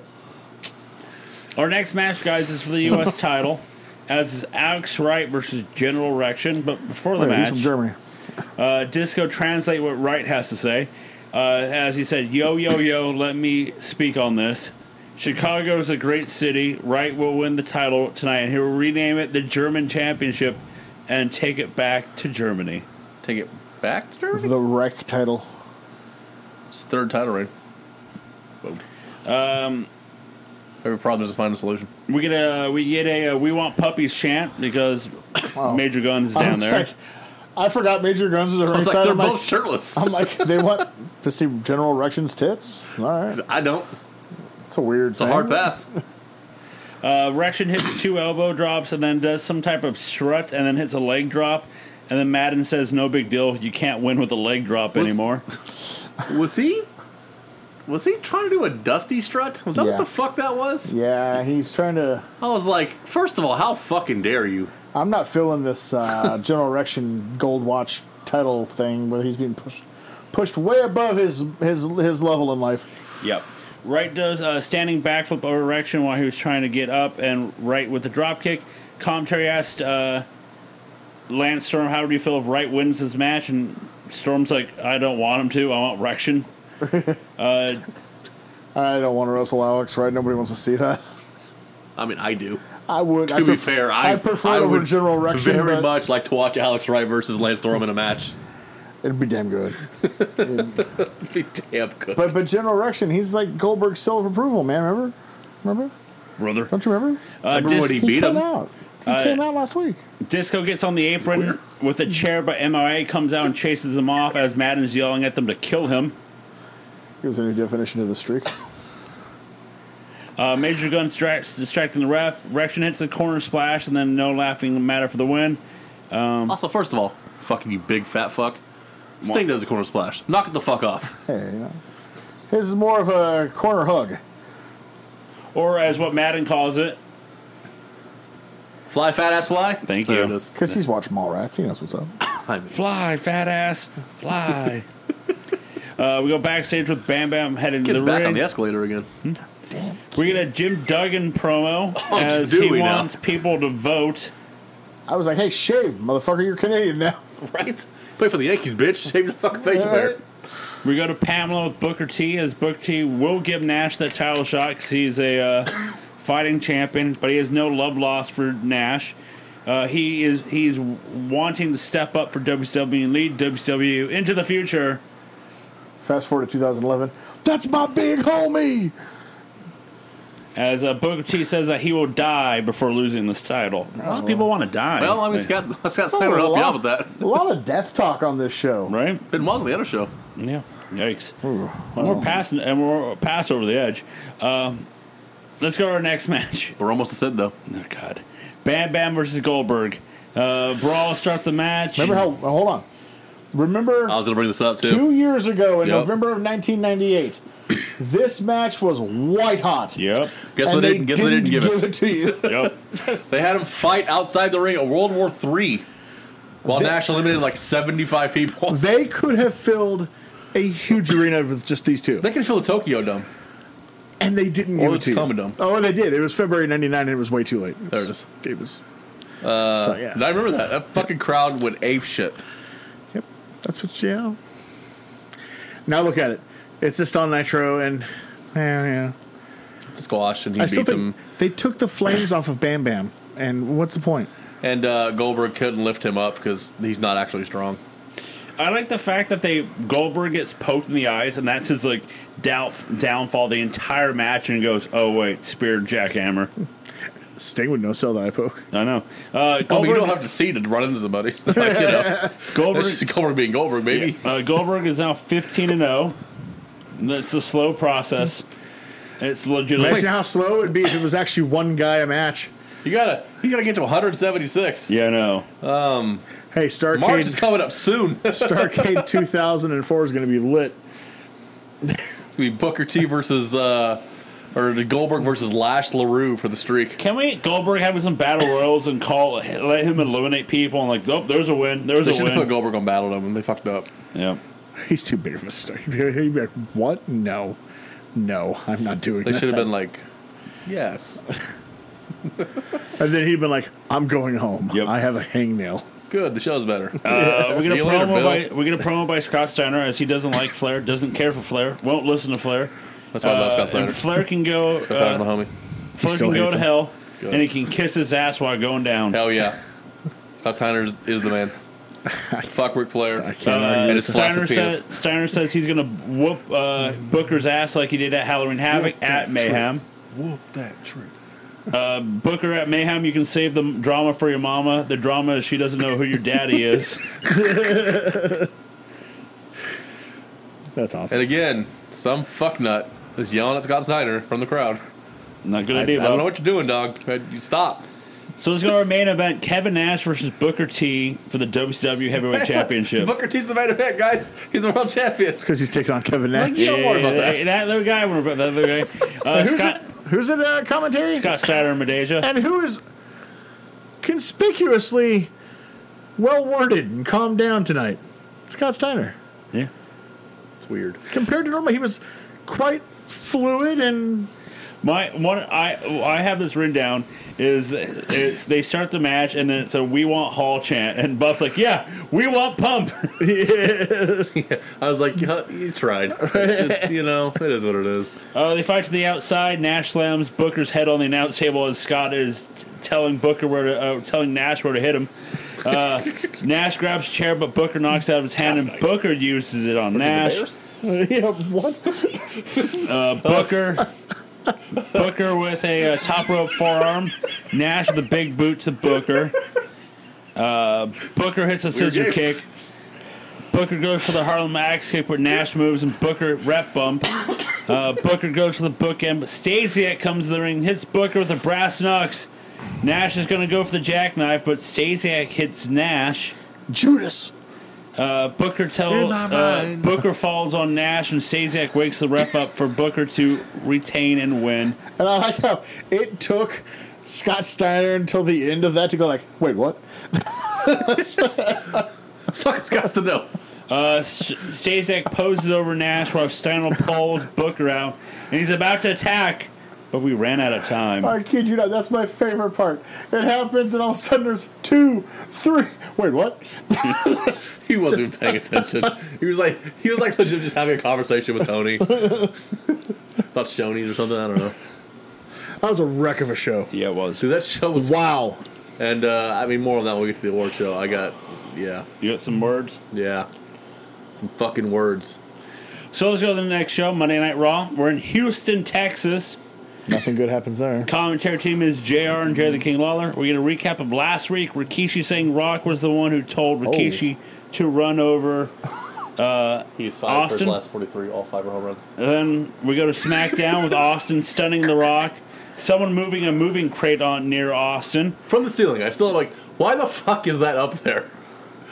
Speaker 1: Our next match, guys, is for the U.S. title, as is Alex Wright versus General Rection. But before the
Speaker 4: Wait, he's
Speaker 1: match,
Speaker 4: from Germany.
Speaker 1: uh, Disco translate what Wright has to say. Uh, as he said, "Yo, yo, yo, let me speak on this. Chicago is a great city. Wright will win the title tonight, and he will rename it the German Championship and take it back to Germany."
Speaker 3: Take it back to Germany?
Speaker 4: The wreck title.
Speaker 3: It's the third title ring. Boom. Um, Every problem is to find a solution.
Speaker 1: We get a we get a uh, we want puppies chant because Major Guns is
Speaker 4: I
Speaker 1: down
Speaker 4: was
Speaker 1: there.
Speaker 4: like, I forgot Major Guns was a
Speaker 3: I was
Speaker 4: ringside.
Speaker 3: like, they're
Speaker 4: I'm like-
Speaker 3: both shirtless.
Speaker 4: I'm like, they want to see General Erection's tits. All right,
Speaker 3: I don't.
Speaker 4: it's a weird.
Speaker 3: It's a hard pass.
Speaker 1: Uh, Rection hits two elbow drops and then does some type of strut and then hits a leg drop. And then Madden says, "No big deal. You can't win with a leg drop
Speaker 3: Was-
Speaker 1: anymore."
Speaker 3: Was he? Was he trying to do a dusty strut? Was that
Speaker 4: Yeah.
Speaker 3: what the fuck that was?
Speaker 4: Yeah, he's trying to.
Speaker 3: I was like, first of all, how fucking dare you?
Speaker 4: I'm not feeling this uh, General Erection Gold Watch title thing where he's being pushed pushed way above his his his level in life.
Speaker 1: Yep. Wright does a standing backflip over Rection while he was trying to get up, and Wright with the dropkick. Commentary asked uh, Lance Storm, "How do you feel if Wright wins this match?" And Storm's like, "I don't want him to. I want Rection."
Speaker 4: I don't want to wrestle Alex, right? Nobody wants to see that.
Speaker 3: I mean, I do.
Speaker 4: I would.
Speaker 3: To
Speaker 4: I
Speaker 3: be
Speaker 4: pref-
Speaker 3: fair, I,
Speaker 4: I prefer
Speaker 3: I
Speaker 4: it over
Speaker 3: would
Speaker 4: General Erection.
Speaker 3: Very
Speaker 4: but
Speaker 3: much like to watch Alex Wright versus Lance Storm in a match.
Speaker 4: It'd be damn good.
Speaker 3: It'd be damn good.
Speaker 4: But but General Erection, he's like Goldberg's seal of approval, man. Remember? Remember?
Speaker 1: Brother,
Speaker 4: Don't you remember?
Speaker 1: uh,
Speaker 3: remember when
Speaker 1: Dis-
Speaker 3: He beat
Speaker 4: came
Speaker 3: him? Uh,
Speaker 4: out. He came out last week.
Speaker 1: Disco gets on the apron with a chair, but MRA comes out and chases him off as Madden's yelling at them to kill him.
Speaker 4: Gives a new definition to the streak.
Speaker 1: Uh, Major Gun strikes, distracting the ref. Rection hits the corner splash, and then no laughing matter for the win.
Speaker 3: also, first of all, fucking you big fat fuck. Sting does a corner splash. Knock it the fuck off.
Speaker 4: Hey, you know. His is more of a corner hug.
Speaker 1: Or as what Madden calls it,
Speaker 3: Fly, fat ass, fly.
Speaker 1: Thank
Speaker 3: There
Speaker 1: you.
Speaker 3: It is.
Speaker 4: Because he's watched Mallrats. He knows what's up.
Speaker 3: I mean,
Speaker 1: fly, fat ass, fly. uh, we go backstage with Bam Bam heading to
Speaker 3: gets
Speaker 1: the
Speaker 3: back
Speaker 1: ring.
Speaker 3: on the escalator again.
Speaker 1: we get a Jim Duggan promo as
Speaker 3: Oh, do
Speaker 1: he
Speaker 3: we now?
Speaker 1: wants people to vote.
Speaker 4: I was like, hey, shave, motherfucker, you're Canadian now.
Speaker 3: Right? Play for the Yankees, bitch. Shave your fucking face
Speaker 4: Yeah,
Speaker 3: there.
Speaker 4: right.
Speaker 1: We go to Pamela with Booker T as Booker T will give Nash that title shot because he's a uh, fighting champion, but he has no love lost for Nash. Uh, he is he's wanting to step up for WCW and lead WCW into the future.
Speaker 4: Fast forward to 2011. That's my big homie.
Speaker 1: As uh, Booker T says that he will die before losing this title. A lot of people want to die.
Speaker 3: Well, I mean, Scott, Scott Steiner helped you Oh, out with that.
Speaker 4: A lot of death talk on this show.
Speaker 1: right?
Speaker 3: Been Mosley on a show.
Speaker 1: Yeah. Yikes. And we're passing and we're pass over the edge. Um, let's go to our next match.
Speaker 3: We're almost to Sid, though.
Speaker 1: Oh God! Bam Bam versus Goldberg. Uh, Brawl starts the match.
Speaker 4: Remember how, oh, hold on. Remember
Speaker 3: I was going to bring this up, too.
Speaker 4: two years ago in
Speaker 3: Yep.
Speaker 4: November of 1998, this match was white hot.
Speaker 1: Yep.
Speaker 3: Guess what
Speaker 4: And
Speaker 3: they
Speaker 4: they
Speaker 3: didn't, guess what they didn't give us?
Speaker 4: it to you.
Speaker 1: Yep.
Speaker 3: They had him fight outside the ring at World War Three, while
Speaker 4: They-
Speaker 3: Nash eliminated like seventy five people. They,
Speaker 4: they could have filled a huge arena with just these two.
Speaker 3: can fill the Tokyo Dome.
Speaker 4: And they didn't
Speaker 3: Or
Speaker 4: give it
Speaker 3: the
Speaker 4: to you.
Speaker 3: Commodore.
Speaker 4: Oh, they did. It was February '99, and it was way too late.
Speaker 3: There it is.
Speaker 4: It was. Uh, so, yeah.
Speaker 3: And I remember that. That fucking crowd went ape shit.
Speaker 4: yep. That's what. Yeah. Now look at it. It's just on Nitro, and yeah, yeah.
Speaker 3: The squash and he
Speaker 4: I still
Speaker 3: beats him.
Speaker 4: think they took the flames off of Bam Bam. And what's the point?
Speaker 3: And uh, Goldberg couldn't lift him up because he's not actually strong.
Speaker 1: I like the fact that they Goldberg gets poked in the eyes, and that's his like down, downfall the entire match, and goes, "Oh wait, speared jackhammer."
Speaker 4: Sting would no sell the eye poke.
Speaker 1: I know. Uh,
Speaker 3: Oh, I mean, you
Speaker 1: Goldberg.
Speaker 3: don't have to see to run into somebody. It's like, you know, that's
Speaker 1: Goldberg.
Speaker 3: just Goldberg being Goldberg, baby.
Speaker 1: oh. Uh, Goldberg is now fifteen and zero. That's the slow process. It's legit.
Speaker 4: Imagine how slow it'd be if it was actually one guy a match.
Speaker 3: You gotta you gotta get to 176.
Speaker 1: Yeah, I know.
Speaker 4: Hey,
Speaker 3: March is
Speaker 4: Starcade,
Speaker 3: coming up soon. it's
Speaker 4: Starcade 2004 is going to be lit.
Speaker 3: gonna be Booker T versus uh, or Goldberg versus Lash LaRue for the streak.
Speaker 1: Can we Goldberg have some battle royals and call let him eliminate people and like, nope, there's a win, there's
Speaker 3: They
Speaker 1: a
Speaker 3: should have
Speaker 1: win.
Speaker 3: put Goldberg on Battle Dome and they fucked up.
Speaker 1: yeah.
Speaker 4: He's too big of a star. He'd be like, what? No. No, I'm not doing
Speaker 3: They
Speaker 4: that.
Speaker 3: should have been like, yes,
Speaker 4: And then he'd been like, I'm going home.
Speaker 1: Yep.
Speaker 4: I have a hangnail.
Speaker 3: good. The show's better.
Speaker 1: Uh, we
Speaker 3: See
Speaker 1: get a
Speaker 3: you later,
Speaker 1: promo
Speaker 3: Bill.
Speaker 1: by we get a promo by Scott Steiner as he doesn't like Flair, doesn't care for Flair, won't listen to Flair.
Speaker 3: That's why I love
Speaker 1: Uh,
Speaker 3: Scott Steiner.
Speaker 1: And Flair can go. Uh,
Speaker 3: Scott Steiner's my homie.
Speaker 1: Flair
Speaker 4: still
Speaker 1: can go
Speaker 4: hates
Speaker 1: to
Speaker 4: him.
Speaker 1: hell,
Speaker 3: Good.
Speaker 1: and he can kiss his ass while going down.
Speaker 3: Hell yeah, Scott Steiner is, is the man. Fuck Ric Flair. I
Speaker 4: can't argue
Speaker 3: and
Speaker 1: Uh,
Speaker 3: his flaccid
Speaker 1: Steiner,
Speaker 3: penis.
Speaker 1: said, Steiner says he's gonna whoop uh, Booker's ass like he did at Halloween Havoc at Mayhem.
Speaker 3: Whoop that tree.
Speaker 1: Booker at Mayhem, you can save the drama for your mama. The drama is she doesn't know who your daddy is.
Speaker 4: That's
Speaker 3: And
Speaker 4: awesome.
Speaker 3: again, some fucknut is yelling at Scott Steiner from the crowd.
Speaker 1: Not good idea.
Speaker 3: I don't
Speaker 1: Bob.
Speaker 3: know what you're doing, dog. You stop.
Speaker 1: So let's go to our main event: Kevin Nash versus Booker T for the WCW Heavyweight Championship.
Speaker 3: Booker T's the main event, guys. He's the world champion.
Speaker 4: Because he's taking on Kevin Nash.
Speaker 3: Yeah. Don't worry about that.
Speaker 1: Hey, that other guy. I wonder about that other guy. Uh,
Speaker 4: Who's
Speaker 1: Scott,
Speaker 4: it? Who's it? Uh, commentary.
Speaker 1: Scott Steiner and Medeja.
Speaker 4: And who is conspicuously well worded and calmed down tonight? Scott Steiner.
Speaker 1: Yeah.
Speaker 3: It's weird.
Speaker 4: Compared to normal, he was quite fluid and
Speaker 1: My one, I I have this written down. Is it's, they start the match and then it's a "We Want Hall" chant and Buff's like, "Yeah, we want Pump."
Speaker 3: I was like, you you tried. It's, you know, it is what it is.
Speaker 1: Uh, they fight to the outside. Nash slams Booker's head on the announce table as Scott is t- telling Booker where to, uh, telling Nash where to hit him. Uh, Nash grabs a chair, but Booker knocks it out of his hand, and Booker uses it on Nash.
Speaker 4: yeah, what?
Speaker 1: Uh, Booker, Booker with a uh, top rope forearm. Nash with a big boot to Booker. Uh, Booker hits a scissor
Speaker 3: game.
Speaker 1: kick. Booker goes for the Harlem Axe kick, but Nash moves and Booker rep bump. Uh, Booker goes for the bookend, but Stasiak comes to the ring, hits Booker with a brass knucks. Nash is going to go for the jackknife, but Stasiak hits Nash.
Speaker 4: Judas.
Speaker 1: Uh, Booker tells uh, Booker falls on Nash, and Stasiak wakes the ref up for Booker to retain and win.
Speaker 4: And I like how it took Scott Steiner until the end of that to go like, wait, what?
Speaker 3: Fuck Scott's to know.
Speaker 1: Uh, S- Stasiak poses over Nash while Steiner pulls Booker out, and he's about to attack, but we ran out of time.
Speaker 4: I kid you not, that's my favorite part. It happens and all of a sudden there's two, three. Wait, what?
Speaker 3: He wasn't even paying attention. He was like, he was like legit just having a conversation with Tony. Thought Shoney's or something. I don't know.
Speaker 4: That was a wreck of a show.
Speaker 1: Yeah, it was.
Speaker 3: Dude, that show was.
Speaker 4: Wow.
Speaker 3: And uh, I mean, more on that when we get to the award show. I got, yeah,
Speaker 1: You got some words?
Speaker 3: yeah, some fucking words.
Speaker 1: So let's go to the next show, Monday Night Raw. We're in Houston, Texas.
Speaker 4: Nothing good happens there.
Speaker 1: Commentary team is JR and Jerry the King Lawler. We're going to recap of last week. Rikishi saying Rock was the one who told Rikishi to run over.
Speaker 3: He's five for his
Speaker 1: Austin?
Speaker 3: last forty-three, all five are home runs.
Speaker 1: Then we go to SmackDown with Austin stunning The Rock. Someone moving a moving crate on near Austin.
Speaker 3: from the ceiling. I still am like, why the fuck is that up there?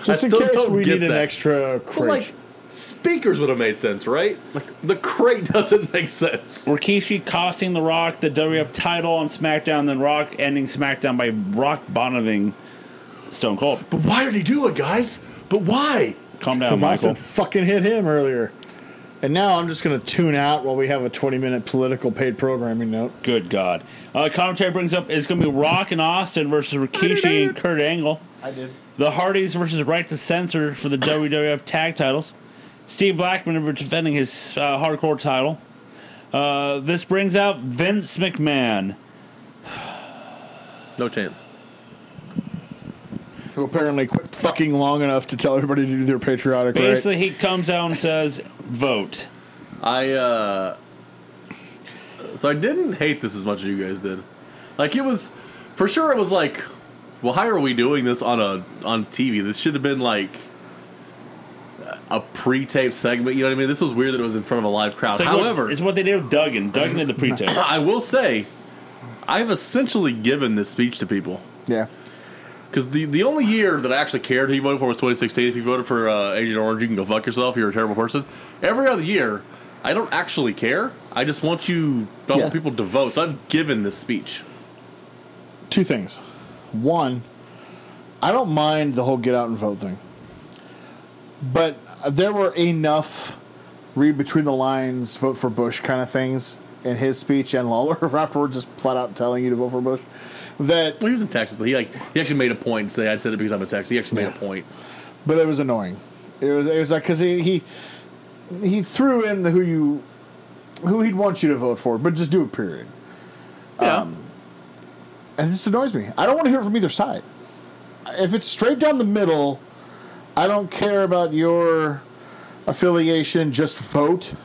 Speaker 4: Just
Speaker 3: I
Speaker 4: in
Speaker 3: still
Speaker 4: case
Speaker 3: don't
Speaker 4: we
Speaker 3: get
Speaker 4: need an
Speaker 3: that.
Speaker 4: extra
Speaker 3: But,
Speaker 4: crate.
Speaker 3: like speakers would have made sense, right? Like the crate doesn't make sense.
Speaker 1: Rikishi costing The Rock the WF title on SmackDown, then Rock ending SmackDown by Rock bottoming Stone Cold.
Speaker 3: But why did he do it, guys? But why?
Speaker 1: Calm down,
Speaker 4: Because
Speaker 1: Michael.
Speaker 4: Austin fucking hit him earlier. And now I'm just going to tune out while we have a 20 minute political paid programming note.
Speaker 1: Good God. Uh, commentary brings up it's going to be Rock and Austin versus Rikishi and Kurt Angle.
Speaker 3: I did.
Speaker 1: The Hardys versus Right to Censor for the WWF tag titles. Steve Blackman were defending his uh, hardcore title. Uh, this brings out Vince McMahon.
Speaker 3: No chance.
Speaker 4: Who apparently quit fucking long enough to tell everybody to do their patriotic right.
Speaker 1: Basically, he comes out and says, "Vote."
Speaker 3: I uh so I didn't hate this as much as you guys did. Like it was for sure it was like why are we doing this on a on TV? This should have been like a pre-taped segment. You know what I mean? This was weird that it was in front of a live crowd.
Speaker 1: It's like what-
Speaker 3: However,
Speaker 1: it's what they did with Duggan. Duggan did the pre-tape.
Speaker 3: I will say, I've essentially given this speech to people
Speaker 4: Yeah.
Speaker 3: because the, the only year that I actually cared who you voted for was 2016. If you voted for uh, Agent Orange, you can go fuck yourself. You're a terrible person. Every other year, I don't actually care. I just want you. I
Speaker 4: Yeah.
Speaker 3: want people to vote. So I've given this speech.
Speaker 4: Two things. One, I don't mind the whole get out and vote thing, but there were enough read between the lines, vote for Bush kind of things in his speech and Lawler afterwards, just flat out telling you to vote for Bush. That,
Speaker 3: Well, he was in Texas. He like he actually made a point and say I said it because I'm a Texas. He actually made a point.
Speaker 4: but it was annoying. It was it was like because he, he he threw in the who you who he'd want you to vote for, but just do a period. Um,
Speaker 3: Yeah.
Speaker 4: and this annoys me. I don't want to hear it from either side. If it's straight down the middle, I don't care about your affiliation. Just vote.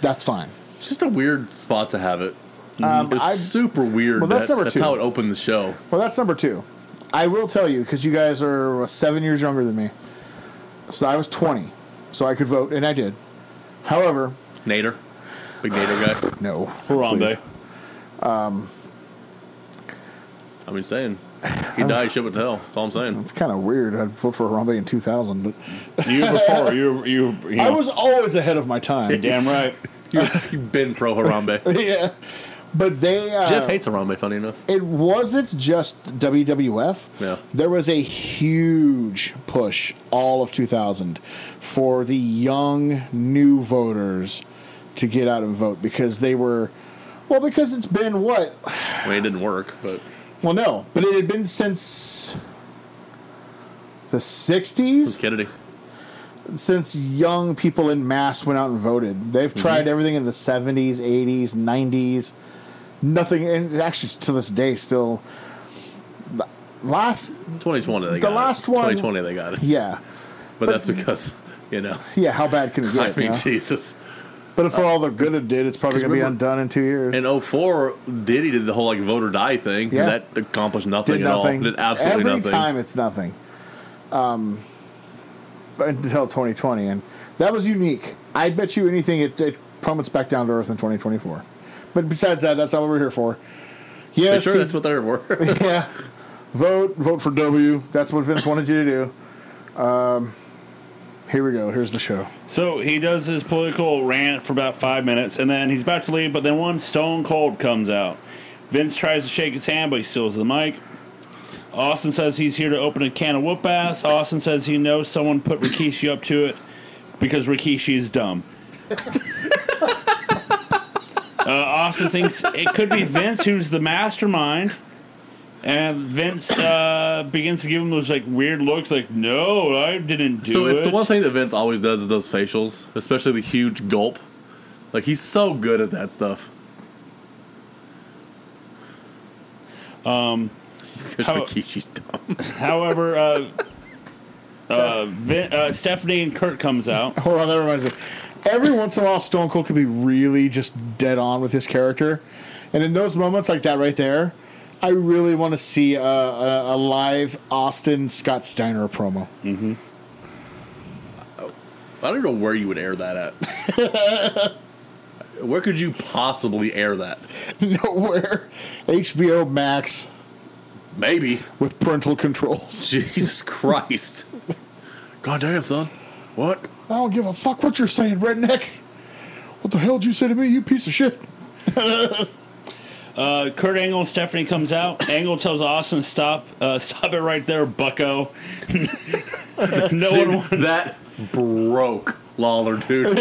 Speaker 4: That's fine.
Speaker 3: It's just a weird spot to have it.
Speaker 4: Um,
Speaker 3: It was
Speaker 4: I-
Speaker 3: super weird.
Speaker 4: Well, that's
Speaker 3: that-
Speaker 4: number
Speaker 3: that's
Speaker 4: two.
Speaker 3: how it opened the show.
Speaker 4: well, that's number two. I will tell you because you guys are what, seven years younger than me. So I was twenty, so I could vote, and I did. However,
Speaker 3: Nader, big Nader guy.
Speaker 4: no,
Speaker 1: Harambe.
Speaker 4: please.
Speaker 3: I'm just saying, he died. Shit with hell. That's all I'm saying.
Speaker 4: It's kind of weird. I'd vote for Harambe in two thousand, but
Speaker 1: You were before. You were, you, were, you know,
Speaker 4: I was always ahead of my time.
Speaker 1: damn right.
Speaker 3: You've been pro Harambe.
Speaker 4: yeah, but they uh,
Speaker 3: Jeff hates Harambe. Funny enough,
Speaker 4: it wasn't just WWF.
Speaker 3: Yeah.
Speaker 4: There was a huge push all of 2000 for the young new voters to get out and vote because they were well because it's been what
Speaker 3: I mean it didn't work, but
Speaker 4: well no, but it had been since the 60s
Speaker 3: Kennedy.
Speaker 4: since young people in mass went out and voted.
Speaker 3: Mm-hmm.
Speaker 4: They've tried everything in the 70s, 80s, 90s. Nothing, and actually to this day, still. the Last,
Speaker 3: 2020 they
Speaker 4: The
Speaker 3: got it.
Speaker 4: last one-
Speaker 3: 2020 they got it,
Speaker 4: yeah,
Speaker 3: but that's because you know.
Speaker 4: yeah. How bad can it get?
Speaker 3: I
Speaker 4: you
Speaker 3: mean,
Speaker 4: know?
Speaker 3: Jesus.
Speaker 4: But for all the good it did, it's probably
Speaker 3: 'Cause
Speaker 4: going to be
Speaker 3: remember-
Speaker 4: undone in two years.
Speaker 3: In 04, Diddy did the whole like vote or die thing.
Speaker 4: Yeah.
Speaker 3: That accomplished nothing
Speaker 4: did
Speaker 3: at
Speaker 4: nothing.
Speaker 3: all. Did absolutely
Speaker 4: Every
Speaker 3: nothing.
Speaker 4: time it's nothing. Um, but until 2020, and that was unique. I bet you anything, it, it plummets back down to earth in 2024. But besides that, that's not what we're here for.
Speaker 3: But
Speaker 4: Yes,
Speaker 3: sure,
Speaker 4: it's-
Speaker 3: that's what they're for.
Speaker 4: yeah. Vote, vote for W. That's what Vince wanted you to do. Um, here we go. Here's the show.
Speaker 1: So he does his political rant for about five minutes, and then he's about to leave. But then one Stone Cold comes out. Vince tries to shake his hand, but he steals the mic. Austin says he's here to open a can of whoop ass. Austin says he knows someone put Rikishi up to it because Rikishi's dumb. uh, Austin thinks it could be Vince who's the mastermind. And Vince uh, begins to give him those like weird looks, like "No, I didn't do
Speaker 3: so
Speaker 1: it."
Speaker 3: it's the one thing that Vince always does is those facials, especially the huge gulp. Like he's so good at that stuff. Um, because
Speaker 1: how-
Speaker 3: Rikishi's dumb.
Speaker 1: However, uh, uh, Vin, uh, Stephanie and Kurt comes out.
Speaker 4: Hold on, that reminds me. Every once in a while, Stone Cold could be really just dead on with his character, and in those moments like that right there, I really want to see a, a, a live Austin Scott Steiner promo.
Speaker 3: I don't know where you would air that at. where could you possibly air that?
Speaker 4: Nowhere, HBO Max
Speaker 3: Maybe.
Speaker 4: with parental controls.
Speaker 3: Jesus Christ. God damn, son. What?
Speaker 4: I don't give a fuck what you're saying, redneck. What the hell did you say to me, you piece of shit?
Speaker 1: Uh, Kurt Angle and Stephanie comes out. Angle tells Austin, "Stop, uh, stop it right there, Bucko." no one. wa-
Speaker 3: that broke Lawler, dude.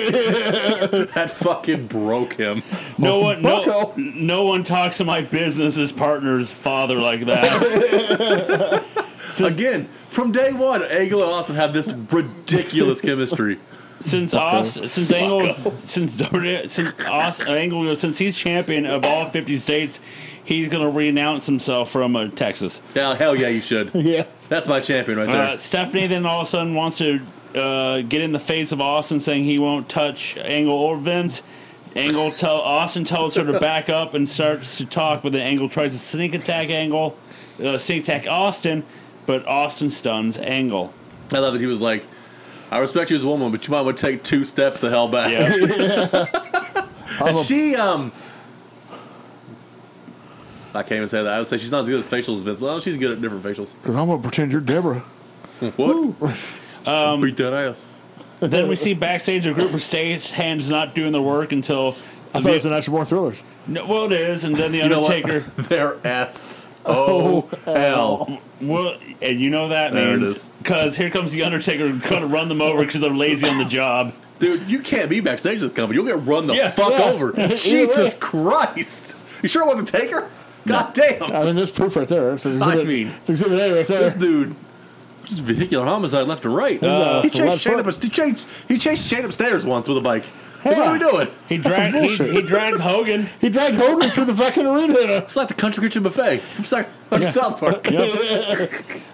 Speaker 3: that fucking broke him.
Speaker 1: No one. No,
Speaker 4: Bucko.
Speaker 1: no one talks to my business as partner's father like that.
Speaker 3: Again, from day one, Angle and Austin have this ridiculous chemistry.
Speaker 1: Since Austin, since Angle, since W- since Austin, Angle, since he's champion of all fifty states, he's gonna renounce himself from uh, Texas.
Speaker 3: Hell, hell yeah, you should.
Speaker 4: Yeah.
Speaker 3: That's my champion right there.
Speaker 1: Uh, Stephanie then all of a sudden wants to uh, get in the face of Austin, saying he won't touch Angle or Vince. Angle tell Austin tells her to back up and starts to talk, but then Angle tries to sneak attack Angle, uh, sneak attack Austin, but Austin stuns Angle.
Speaker 3: I love that he was like, I respect you as a woman, but you might want to take two steps the hell back.
Speaker 1: Yeah.
Speaker 4: I'm a-
Speaker 3: She um. I can't even say that. I would say she's not as good as facials as Vince. Well, oh, she's good at different facials.
Speaker 4: Because I'm gonna pretend you're Deborah.
Speaker 3: What?
Speaker 1: Um,
Speaker 3: Beat that ass.
Speaker 1: then we see backstage a group of stagehands not doing their work until.
Speaker 4: I thought it was an actual born thrillers.
Speaker 1: No, well, it is, and then the
Speaker 3: You know what?
Speaker 1: Undertaker.
Speaker 3: They're S O
Speaker 4: Oh,
Speaker 3: L.
Speaker 1: Well, and you know what that
Speaker 3: There it
Speaker 1: means
Speaker 3: is.
Speaker 1: because here comes the Undertaker, going to run them over because they're lazy on the job.
Speaker 3: Dude, you can't be backstage this company. You'll get run the
Speaker 1: Yeah.
Speaker 3: fuck
Speaker 4: Yeah.
Speaker 3: over. Jesus Christ. You sure it wasn't Taker? God damn.
Speaker 4: I mean, there's proof right there. It's exhibit,
Speaker 3: mean-
Speaker 4: it's exhibit A right
Speaker 3: This
Speaker 4: there.
Speaker 3: dude. Just vehicular homicide left and right. he chased
Speaker 4: left
Speaker 3: Shane
Speaker 4: foot.
Speaker 3: up. a- He chased. He chased Shane upstairs once with a bike. Like, what are we doing?
Speaker 1: He
Speaker 4: That's some
Speaker 1: dragged he,
Speaker 4: bullshit.
Speaker 1: he dragged Hogan.
Speaker 4: He dragged Hogan through the fucking arena.
Speaker 3: It's like the country kitchen buffet from South, from South Park.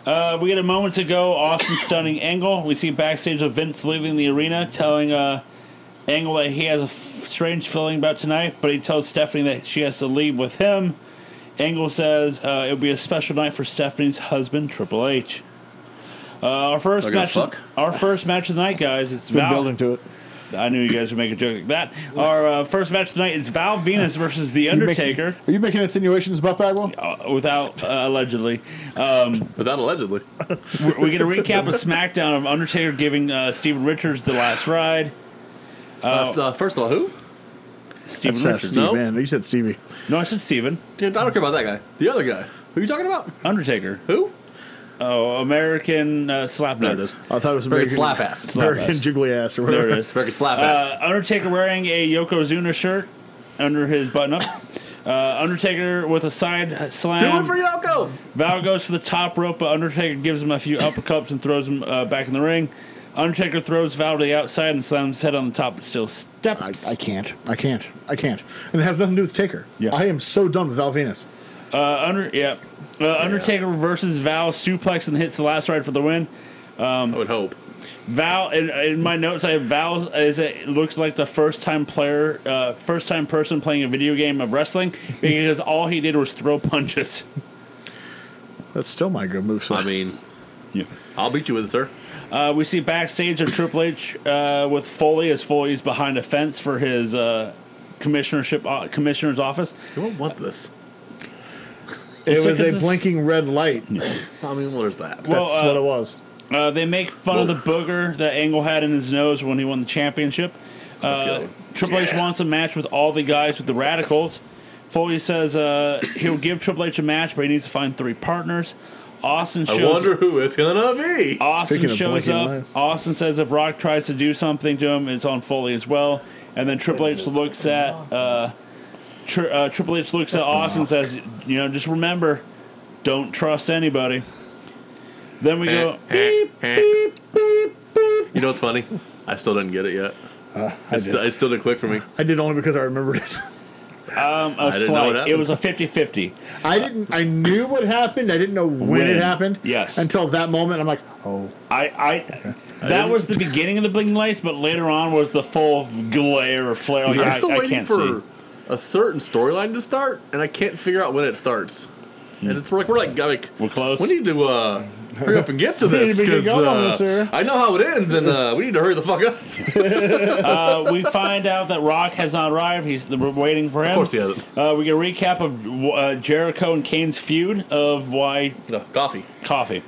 Speaker 1: Uh, we get a moment ago Austin stunning Angle. We see backstage of Vince leaving the arena, telling uh, Angle that he has a f- strange feeling about tonight, but he tells Stephanie that she has to leave with him. Angle says uh, it'll be a special night for Stephanie's husband, Triple H. Uh, our first
Speaker 3: They're gonna
Speaker 1: match,
Speaker 3: fuck?
Speaker 1: our first match of the night, guys. It's
Speaker 4: Been
Speaker 1: Val-
Speaker 4: building to it.
Speaker 1: I knew you guys would make a joke like that. Our uh, first match tonight is Val Venus versus The
Speaker 4: You making-
Speaker 1: Undertaker,
Speaker 4: are you making insinuations about Bagwell?
Speaker 3: Oh,
Speaker 1: uh, without uh, allegedly. Um,
Speaker 3: But that allegedly.
Speaker 1: We're- we get a recap of SmackDown of Undertaker giving uh, Steven Richards the last ride.
Speaker 3: Uh, f- uh, first of all, who?
Speaker 1: Steven
Speaker 4: That's, uh,
Speaker 1: Richards.
Speaker 4: Steve
Speaker 3: no?
Speaker 4: Van. You said Stevie.
Speaker 1: No, I said Steven.
Speaker 3: Dude, I don't care about that guy. The other guy. Who are you talking about?
Speaker 1: Undertaker.
Speaker 3: Who?
Speaker 1: Oh, American uh, Slapnuts.
Speaker 3: There it is.
Speaker 4: I thought it was
Speaker 3: Very
Speaker 4: American
Speaker 3: slap ass.
Speaker 4: American jiggly ass or whatever.
Speaker 1: There it is.
Speaker 3: American slap ass.
Speaker 1: Uh, Undertaker wearing a Yokozuna shirt under his button up. Uh, Undertaker with a side
Speaker 3: Do it
Speaker 1: slam.
Speaker 3: for Yoko.
Speaker 1: Val goes for the top rope, but Undertaker gives him a few uppercuts and throws him uh, back in the ring. Undertaker throws Val to the outside and slams his head on the top, but still
Speaker 4: I,
Speaker 1: steps.
Speaker 4: I can't. I can't. I can't. And it has nothing to do with Taker.
Speaker 1: Yeah.
Speaker 4: I am so done with Val Venus.
Speaker 1: Uh, under yeah, uh, Undertaker reverses Val suplex and hits the last ride for the win.
Speaker 3: I would hope.
Speaker 1: Val in, in my notes I have Val is a, looks like the first time player, uh, first time person playing a video game of wrestling because all he did was throw punches.
Speaker 4: That's still my good move.
Speaker 3: I mean,
Speaker 1: Yeah.
Speaker 3: I'll beat you with it, sir.
Speaker 1: Uh, we see backstage of Triple H uh, with Foley as Foley's behind a fence for his uh, commissionership uh, commissioner's office.
Speaker 3: What was this?
Speaker 4: it was a
Speaker 1: Because it's-
Speaker 4: blinking red light.
Speaker 3: I mean, what is that?
Speaker 1: Well,
Speaker 4: That's
Speaker 1: uh,
Speaker 4: what it was.
Speaker 1: Uh, they make fun of the booger that Angle had in his nose when he won the championship. Uh,
Speaker 3: Okay.
Speaker 1: Triple H wants a match with all the guys with the Radicals. Foley says uh, he'll give Triple H a match, but he needs to find three partners. Austin
Speaker 3: I
Speaker 1: shows.
Speaker 3: wonder who it's gonna be.
Speaker 1: Austin
Speaker 4: Speaking of
Speaker 1: shows
Speaker 4: blinking
Speaker 1: up.
Speaker 4: lights.
Speaker 1: Austin says if Rock tries to do something to him, it's on Foley as well. And then Triple H looks at uh, tri- uh, Triple H looks at Austin and says, you know, just remember, don't trust anybody. Then we go.
Speaker 3: beep, beep, beep, beep. Eh, Uh, You know what's funny? I still didn't get it yet.
Speaker 4: I
Speaker 3: It's
Speaker 4: did.
Speaker 3: st- it still didn't click for me.
Speaker 4: I did only because I remembered it.
Speaker 1: Um, a
Speaker 3: didn't know
Speaker 1: slight.
Speaker 3: what happened.
Speaker 1: it was a 50-50.
Speaker 4: I didn't. I knew what happened. I didn't know when, it
Speaker 1: When,
Speaker 4: happened.
Speaker 1: yes.
Speaker 4: Until that moment, I'm like, oh,
Speaker 1: I, I that was the beginning of the blinking lights, but later on was the full glare or flare. Like,
Speaker 3: I'm
Speaker 1: I,
Speaker 3: still
Speaker 1: I
Speaker 3: waiting
Speaker 1: can't
Speaker 3: for
Speaker 1: see.
Speaker 3: a certain storyline to start, and I can't figure out when it starts. And it's we're like Hmm. we're like, like
Speaker 1: We're close.
Speaker 3: We need to uh, hurry up and get to
Speaker 4: We need
Speaker 3: this
Speaker 4: to get
Speaker 3: because
Speaker 4: going on this,
Speaker 3: uh,
Speaker 4: sir.
Speaker 3: I know how it ends, and uh, we need to hurry the fuck up.
Speaker 1: Uh, we find out that Rock has not arrived. He's we're waiting for him. Of
Speaker 3: course he hasn't.
Speaker 1: Uh, we get a recap of uh, Jericho and Kane's feud of why
Speaker 3: No, coffee.
Speaker 1: coffee.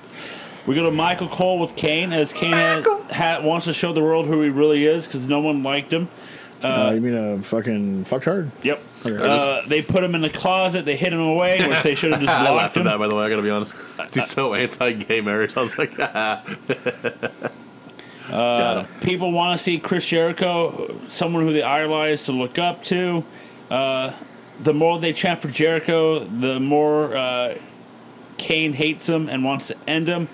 Speaker 1: We go to Michael Cole with Kane as Kane has, ha, wants to show the world who he really is because no one liked him.
Speaker 4: uh, you mean a fucking fucktard?
Speaker 1: Yep.
Speaker 4: Okay.
Speaker 1: Uh, they put him in the closet. They hid him away, which they should have just
Speaker 3: I
Speaker 1: locked
Speaker 3: laughed at
Speaker 1: him.
Speaker 3: that, by the way. I gotta be honest. He's so anti-gay marriage. I was like, ah. Got him.
Speaker 1: people want to see Chris Jericho, someone who they idolize to look up to. Uh, the more they chant for Jericho, the more uh, Kane hates him and wants to end him.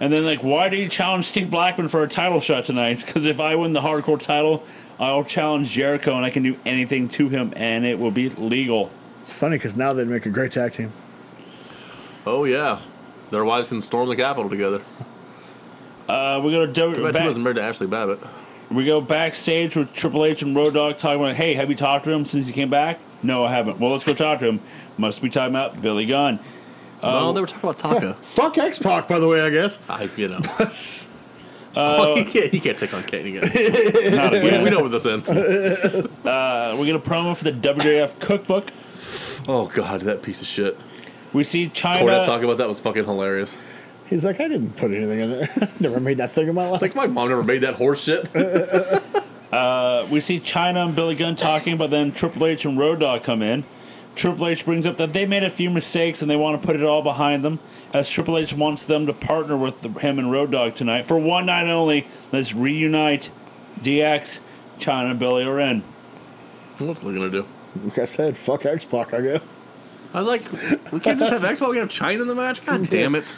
Speaker 1: And then, like, why do you challenge Steve Blackman for a title shot tonight? Because if I win the hardcore title, I'll challenge Jericho and I can do anything to him and it will be legal.
Speaker 4: It's funny because now they'd make a great tag team.
Speaker 3: Oh yeah, their wives can storm the Capitol together.
Speaker 1: Uh, we go to
Speaker 3: I
Speaker 1: w-
Speaker 3: bet she
Speaker 1: back-
Speaker 3: wasn't married to Ashley Babbitt.
Speaker 1: We go backstage with Triple H and Road Dogg talking about, hey, have you talked to him since he came back? No, I haven't. Well, let's go talk to him. Must be talking about Billy Gunn.
Speaker 3: Um, Oh, they were talking about Taka.
Speaker 4: Fuck X Pac, by the way, I guess.
Speaker 3: I, you know, oh, you can't, you can't take on Kane again.
Speaker 1: Not
Speaker 3: we, we
Speaker 1: again.
Speaker 3: know where this ends.
Speaker 1: Uh, we get a promo for the WWF cookbook.
Speaker 3: Oh god, that piece of shit.
Speaker 1: We see
Speaker 3: Cornette
Speaker 1: China.
Speaker 3: talking about that was fucking hilarious.
Speaker 4: He's like, I didn't put anything in there. Never made that thing in my life.
Speaker 3: It's like my mom never made that horse shit.
Speaker 1: uh, We see China and Billy Gunn talking, but then Triple H and Road Dogg come in. Triple H brings up that they made a few mistakes and they want to put it all behind them. As Triple H wants them to partner with the, him and Road Dogg tonight for one night only. Let's reunite. DX, China, and Billy are in.
Speaker 3: What's Lou gonna do?
Speaker 4: like I said, fuck X Pac, I guess.
Speaker 3: I was like, we can't just have Xbox. We have China in the match. God damn it!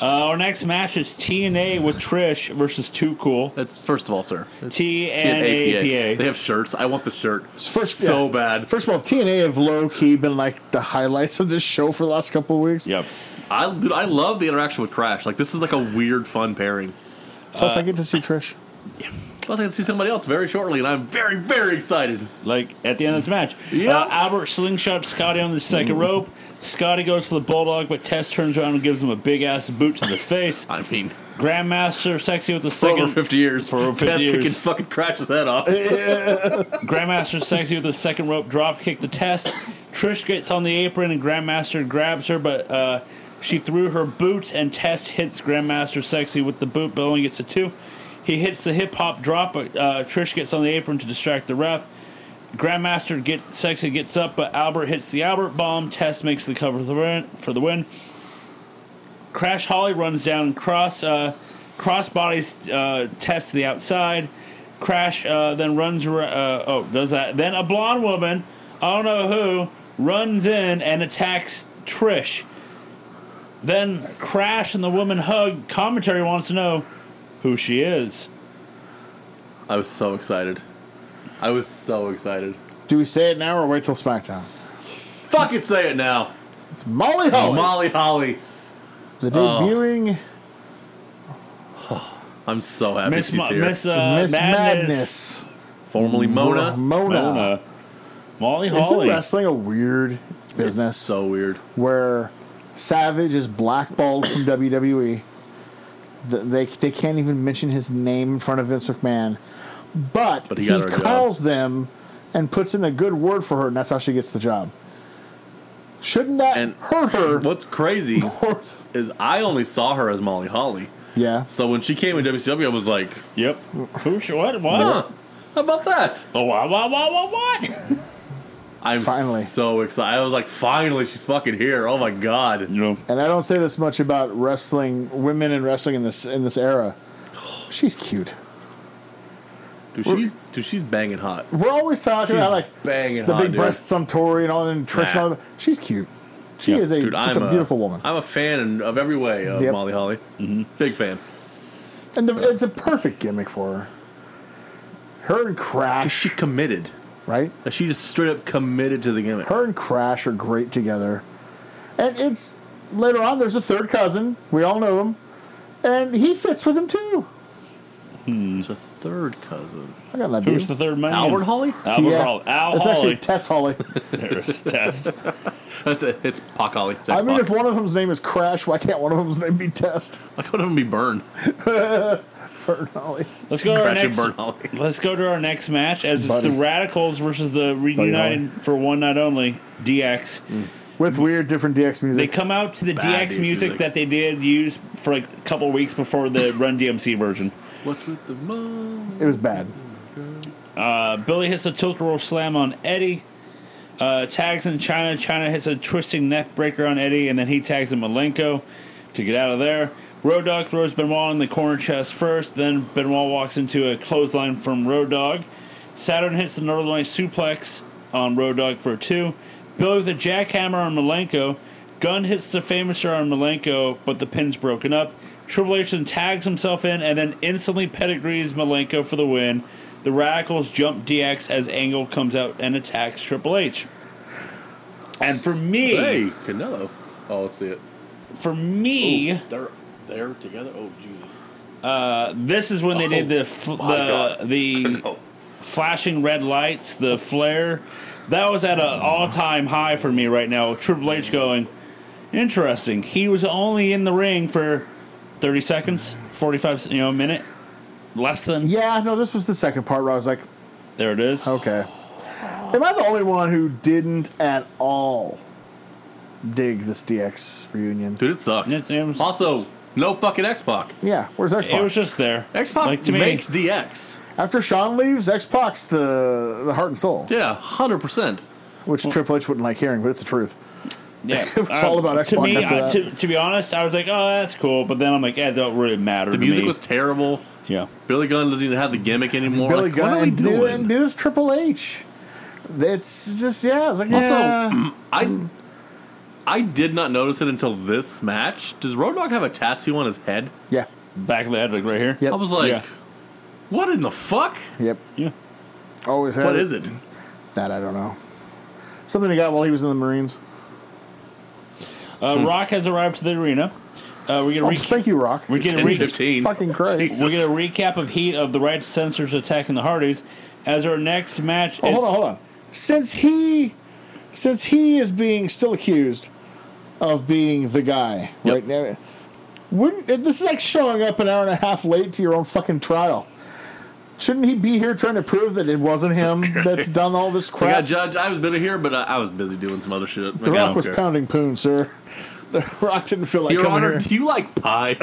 Speaker 1: Uh, our next match is TNA with Trish versus Too Cool.
Speaker 3: That's first of all, sir. It's
Speaker 1: T N A P
Speaker 3: TNAPA. They
Speaker 1: A.
Speaker 3: have shirts. I want the shirt
Speaker 4: First-
Speaker 3: so
Speaker 4: yeah.
Speaker 3: bad.
Speaker 4: First of all, TNA have low key been like the highlights of this show for the last couple of weeks.
Speaker 1: Yep.
Speaker 3: I dude, I love the interaction with Crash. Like this is like a weird, fun pairing.
Speaker 4: Plus, I get to see Trish.
Speaker 3: Plus, I can see somebody else very shortly, and I'm very, very excited.
Speaker 1: Like at the end of this match,
Speaker 3: Yeah.
Speaker 1: uh, Albert slingshots Scotty on the second rope. Scotty goes for the bulldog, but Tess turns around and gives him a big ass boot to the face.
Speaker 3: I mean,
Speaker 1: Grandmaster sexy with the
Speaker 3: for over
Speaker 1: second
Speaker 3: 50 years,
Speaker 1: for over 50
Speaker 3: Tess
Speaker 1: years.
Speaker 3: kicking fucking Crash's head off.
Speaker 1: Grandmaster sexy with the second rope drop kick to Tess. Trish gets on the apron and Grandmaster grabs her, but uh, she threw her boots and Tess hits Grandmaster sexy with the boot, but only gets a two. He hits the hip hop drop, but uh, Trish gets on the apron to distract the ref. Grandmaster get sexy gets up, but Albert hits the Albert bomb. Tess makes the cover for the win. For the win. Crash Holly runs down and cross uh, cross bodies uh, Tess to the outside. Crash uh, then runs. ar- Uh, oh, does that? Then a blonde woman, I don't know who, runs in and attacks Trish. Then Crash and the woman hug. Commentary wants to know who she is.
Speaker 3: I was so excited. I was so excited.
Speaker 4: Do we say it now or wait till SmackDown?
Speaker 3: Fucking say it now.
Speaker 4: It's Molly Holly,
Speaker 3: Molly Holly.
Speaker 4: the debuting
Speaker 3: I'm so happy
Speaker 1: Miss,
Speaker 3: she's
Speaker 1: Ma-
Speaker 3: here.
Speaker 1: Miss, uh,
Speaker 4: Miss
Speaker 1: Madness.
Speaker 4: Madness,
Speaker 3: Formerly Mona.
Speaker 4: Mona.
Speaker 1: Mona. Molly
Speaker 4: Isn't
Speaker 1: Holly.
Speaker 4: wrestling a weird
Speaker 3: It's
Speaker 4: business
Speaker 3: so weird.
Speaker 4: where Savage is blackballed from WWE? Th- They they can't even mention his name in front of Vince McMahon, but,
Speaker 3: But he
Speaker 4: he,
Speaker 3: got her a
Speaker 4: calls them and puts in a good word for her, and that's how she gets the job. Shouldn't that
Speaker 3: And-
Speaker 4: hurt her?
Speaker 3: What's crazy is I only saw her as Molly Holly.
Speaker 4: yeah,
Speaker 3: So when she came in WCW, I was like,
Speaker 1: Yep. Who? She, what? What?
Speaker 3: huh, how about that?
Speaker 1: Oh, wow, wow, wow, wow, what?
Speaker 3: I'm
Speaker 4: Finally.
Speaker 3: so excited. I was like, finally, she's fucking here. Oh my God.
Speaker 1: You know,
Speaker 4: and I don't say this much about wrestling women in wrestling in this in this era. She's cute.
Speaker 3: Dude, she's, dude, she's banging hot.
Speaker 4: We're always talking
Speaker 3: She's
Speaker 4: about like
Speaker 3: banging
Speaker 4: the
Speaker 3: hot,
Speaker 4: big
Speaker 3: dude.
Speaker 4: breasts on Tori and all, and Trish.
Speaker 3: Nah.
Speaker 4: And all that. She's cute. She
Speaker 1: Yeah,
Speaker 4: is a
Speaker 3: Dude,
Speaker 4: just
Speaker 3: I'm
Speaker 4: a beautiful woman,
Speaker 3: I'm a fan in- of every way of
Speaker 4: Yep. Mm-hmm.
Speaker 3: Molly Holly. Big fan.
Speaker 4: and the, it's a perfect gimmick for her. Her and Crash,
Speaker 3: She committed.
Speaker 4: right?
Speaker 3: She just straight up committed to the gimmick.
Speaker 4: Her and Crash are great together, and it's later on. There's a third cousin. We all know him, and he fits with him too.
Speaker 3: It's a third cousin.
Speaker 4: I got an idea.
Speaker 1: who's the third man?
Speaker 3: Albert Holly?
Speaker 1: Albert Holly. Al
Speaker 4: it's
Speaker 1: Holly.
Speaker 4: actually Test Holly.
Speaker 1: There's Tess.
Speaker 3: That's it. It's Pac Holly. It's
Speaker 4: I
Speaker 3: X-Pac.
Speaker 4: mean, if one of them's name is Crash, why can't one of them's name be Test
Speaker 3: Why couldn't even be Burn?
Speaker 4: for Holly?
Speaker 1: Let's go to our
Speaker 3: Crash and
Speaker 1: next.
Speaker 3: Burn Holly.
Speaker 1: Let's go to our next match as it's
Speaker 4: Buddy.
Speaker 1: the Radicals versus the
Speaker 4: Holly.
Speaker 1: Reunited for one night only DX.
Speaker 4: With weird, different DX music.
Speaker 1: They come out to the
Speaker 3: Mm-hmm. Bad
Speaker 1: DX
Speaker 3: DX
Speaker 1: music,
Speaker 3: music.
Speaker 1: that they did use for like a couple weeks before the Run DMC version.
Speaker 3: What's with the mom?
Speaker 4: it was bad.
Speaker 1: Uh, Billy hits a tilt roll slam on Eddie. Uh, tags in China. China hits a twisting neck breaker on Eddie, and then he tags in Malenko to get out of there. Road Dog throws Benoit in the corner chest first, then Benoit walks into a clothesline from Road Dog. Saturn hits the Northern Light suplex on Road Dog for a two. Billy with a jackhammer on Malenko. Gunn hits the famouser on Malenko, but the pin's broken up. Triple H then tags himself in and then instantly pedigrees Malenko for the win. The Radicals jump DX as Angle comes out and attacks Triple H. And for me,
Speaker 3: Hey, Canelo. Oh, let's see it.
Speaker 1: for me,
Speaker 3: They're they're together. Oh, Jesus.
Speaker 1: uh, this is when they did the f-
Speaker 3: Oh my
Speaker 1: the,
Speaker 3: God.
Speaker 1: the
Speaker 3: Canelo.
Speaker 1: flashing red lights, the flare. That was at an all time high for me right now. Triple H going, interesting. He was only in the ring for thirty seconds, forty five, you know, a minute, less than.
Speaker 4: Yeah, Oh, no, this was the second part where I was like,
Speaker 1: There it is.
Speaker 4: okay. Am I the only one who didn't at all dig this DX reunion?
Speaker 3: Dude, it sucks.
Speaker 1: It- it was-
Speaker 3: also, no fucking X Pac.
Speaker 4: Yeah, where's X
Speaker 1: It was
Speaker 4: Pac?
Speaker 1: just there.
Speaker 3: X Pac
Speaker 1: Like, to me-
Speaker 3: makes DX.
Speaker 4: After Sean leaves, X Pac's the, the heart and soul,
Speaker 3: Yeah, hundred percent.
Speaker 4: which Triple H wouldn't like hearing, but it's the truth.
Speaker 1: Yeah, Uh,
Speaker 4: It's all about
Speaker 1: To
Speaker 4: Xbox
Speaker 1: me,
Speaker 4: after
Speaker 1: I-
Speaker 4: that.
Speaker 1: to, to be honest, I was like, "Oh, that's cool," but then I'm like, "Yeah, that don't really matter."
Speaker 3: The music was terrible.
Speaker 1: yeah.
Speaker 3: Billy Gunn doesn't even have the gimmick anymore.
Speaker 4: Billy
Speaker 3: Like,
Speaker 4: Gunn,
Speaker 3: what are we
Speaker 4: and dude, and
Speaker 3: doing?
Speaker 4: dude, it's Triple H. It's just yeah. It's like yeah.
Speaker 3: Also, I I did not notice it until this match. Does Road Dogg have a tattoo on his head?
Speaker 4: yeah,
Speaker 1: Back of the head, like right here.
Speaker 4: Yep.
Speaker 3: I was like,
Speaker 1: Yeah.
Speaker 3: what in the fuck?
Speaker 4: yep.
Speaker 1: Yeah.
Speaker 4: Always had
Speaker 3: What
Speaker 4: it.
Speaker 3: is it?
Speaker 4: That I don't know. Something he got while he was in the Marines.
Speaker 1: Uh, Rock has arrived to the arena. Uh, we're gonna
Speaker 4: Hmm. Oh,
Speaker 1: re-
Speaker 4: thank you, Rock.
Speaker 1: we're gonna re-
Speaker 3: 15.
Speaker 4: Fucking Christ.
Speaker 3: Jesus.
Speaker 1: we're gonna recap of Heat of the Right Sensors attacking the Hardys as our next match.
Speaker 4: Oh, hold on,
Speaker 1: it's-
Speaker 4: hold on. Since he, since he is being still accused of being the guy
Speaker 3: Yep.
Speaker 4: right now, wouldn't it, this is like showing up an hour and a half late to your own fucking trial? Shouldn't he be here trying to prove that it wasn't him that's done all this
Speaker 3: I got
Speaker 4: crap?
Speaker 3: judge. I was busy here, but I, I was busy doing some other shit.
Speaker 4: the
Speaker 3: Like, I
Speaker 4: Rock
Speaker 3: don't
Speaker 4: was
Speaker 3: care.
Speaker 4: pounding poon, sir. The Rock didn't feel like
Speaker 3: Your
Speaker 4: coming
Speaker 3: Honor,
Speaker 4: here.
Speaker 3: do you like pie?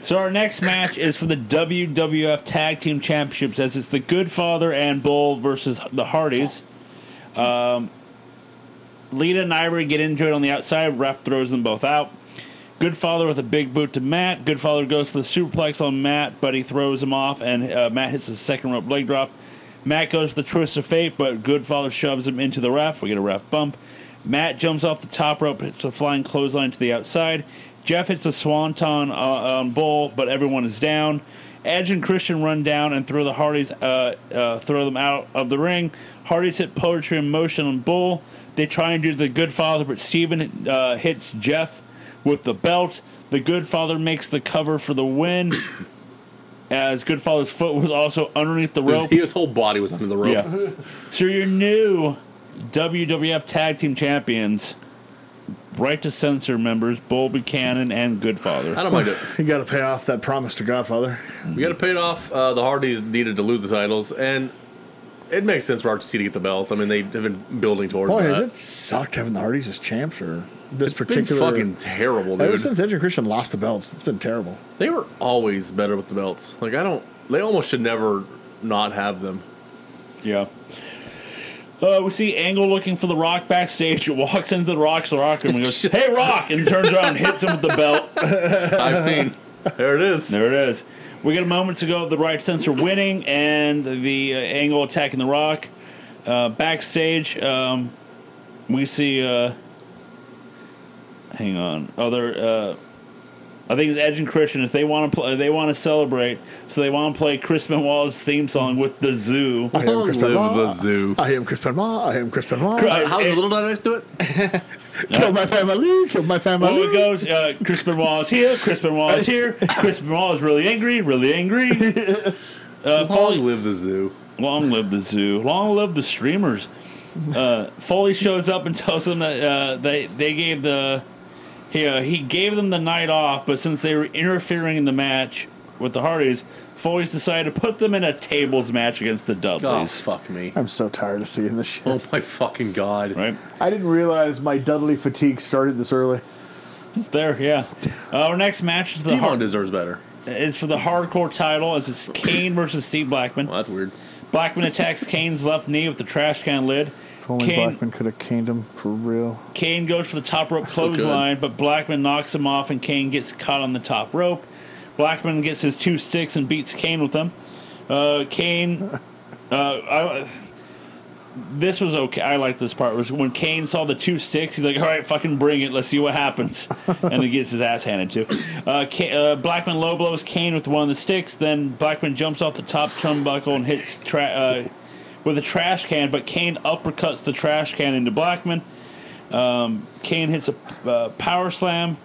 Speaker 1: So our next match is for the WWF Tag Team Championships as it's the Good Father and Bull versus the Hardys. Um, Lita and Ivory get into it on the outside. Ref throws them both out. Good Father with a big boot to Matt. Good Father goes for the superplex on Matt, but he throws him off, and uh, Matt hits a second rope leg drop. Matt goes for the twist of fate, but Good Father shoves him into the ref. We get a ref bump. Matt jumps off the top rope, hits a flying clothesline to the outside. Jeff hits a swanton uh, on Bull, but everyone is down. Edge and Christian run down and throw the Hardys, uh, uh, throw them out of the ring. Hardys hit poetry in motion on Bull. They try and do the Good Father, but Steven uh, hits Jeff with the belt. The Good Father makes the cover for the win. As Good Father's foot was also underneath the rope.
Speaker 3: His whole body was under the rope.
Speaker 1: Yeah. so your new WWF Tag Team Champions, Right to Censor members, Bull Buchanan and
Speaker 3: I
Speaker 1: Goodfather.
Speaker 3: don't mind it.
Speaker 4: You got to pay off that promise to Godfather.
Speaker 3: We got to pay it off. Uh, the Hardys needed to lose the titles, and it makes sense for RTC to get the belts. I mean, they have been building towards
Speaker 4: Boy,
Speaker 3: that.
Speaker 4: has it sucked having the Hardys as champs or this
Speaker 3: It's been
Speaker 4: particular?
Speaker 3: fucking terrible,
Speaker 4: ever
Speaker 3: dude.
Speaker 4: since Edge and Christian lost the belts, it's been terrible.
Speaker 3: they were always better with the belts. Like I don't. They almost should never not have them.
Speaker 1: Yeah. Uh, we see Angle looking for The Rock backstage. Walks into The Rock's Rock and goes, "Hey, Rock!" and turns around and hits him with the belt.
Speaker 3: I mean, there it is.
Speaker 1: There it is. We get a moments ago of the right sensor winning and the uh, angle attacking the rock. Uh, backstage, um, we see. Uh, hang on, other. Uh, I think it's Edge and Christian. If they want to, play, they want to celebrate, so they want to play Chris Benoit's theme song with the zoo.
Speaker 4: I am Chris Benoit.
Speaker 3: the zoo.
Speaker 4: I am Chris Benoit. I am Chris Benoit.
Speaker 1: Uh,
Speaker 3: How does
Speaker 1: it-
Speaker 3: the little dynamics do it?
Speaker 4: Kill my family. Kill my family.
Speaker 1: Well, it goes. Uh, Chris Benoit is here. Chris Benoit is here. Chris Benoit is really angry. Really angry. Uh, Foley-
Speaker 3: Long live the zoo.
Speaker 1: Long live the zoo. Long live the streamers. Uh, Foley shows up and tells them that uh, they they gave the he uh, he gave them the night off, but since they were interfering in the match with the Hardys, Foley's decided to put them in a tables match against the
Speaker 3: Oh
Speaker 1: Dudleys.
Speaker 3: fuck me.
Speaker 4: I'm so tired of seeing this shit.
Speaker 3: Oh my fucking god.
Speaker 1: Right,
Speaker 4: I didn't realize my Dudley fatigue started this early.
Speaker 1: it's there. Yeah. Uh, our next match is the
Speaker 3: Devon
Speaker 1: hard,
Speaker 3: deserves better.
Speaker 1: is for the hardcore title as it's Kane versus Steve Blackman.
Speaker 3: Well, that's weird.
Speaker 1: Blackman attacks Kane's left knee with the trash can lid.
Speaker 4: If only
Speaker 1: Kane-
Speaker 4: Blackman could have caned him for real.
Speaker 1: Kane goes for the top rope
Speaker 3: good.
Speaker 1: clothesline, but Blackman knocks him off, and Kane gets caught on the top rope. Blackman gets his two sticks and beats Kane with them. Uh, Kane, uh, I, this was okay. I like this part. Was when Kane saw the two sticks, he's like, "All right, fucking bring it. Let's see what happens." and he gets his ass handed to. him. Uh, Ka- uh, Blackman low blows Kane with one of the sticks. Then Blackman jumps off the top turnbuckle and hits tra- uh, with a trash can, but Kane uppercuts the trash can into Blackman. Um, Kane hits a uh, power slam.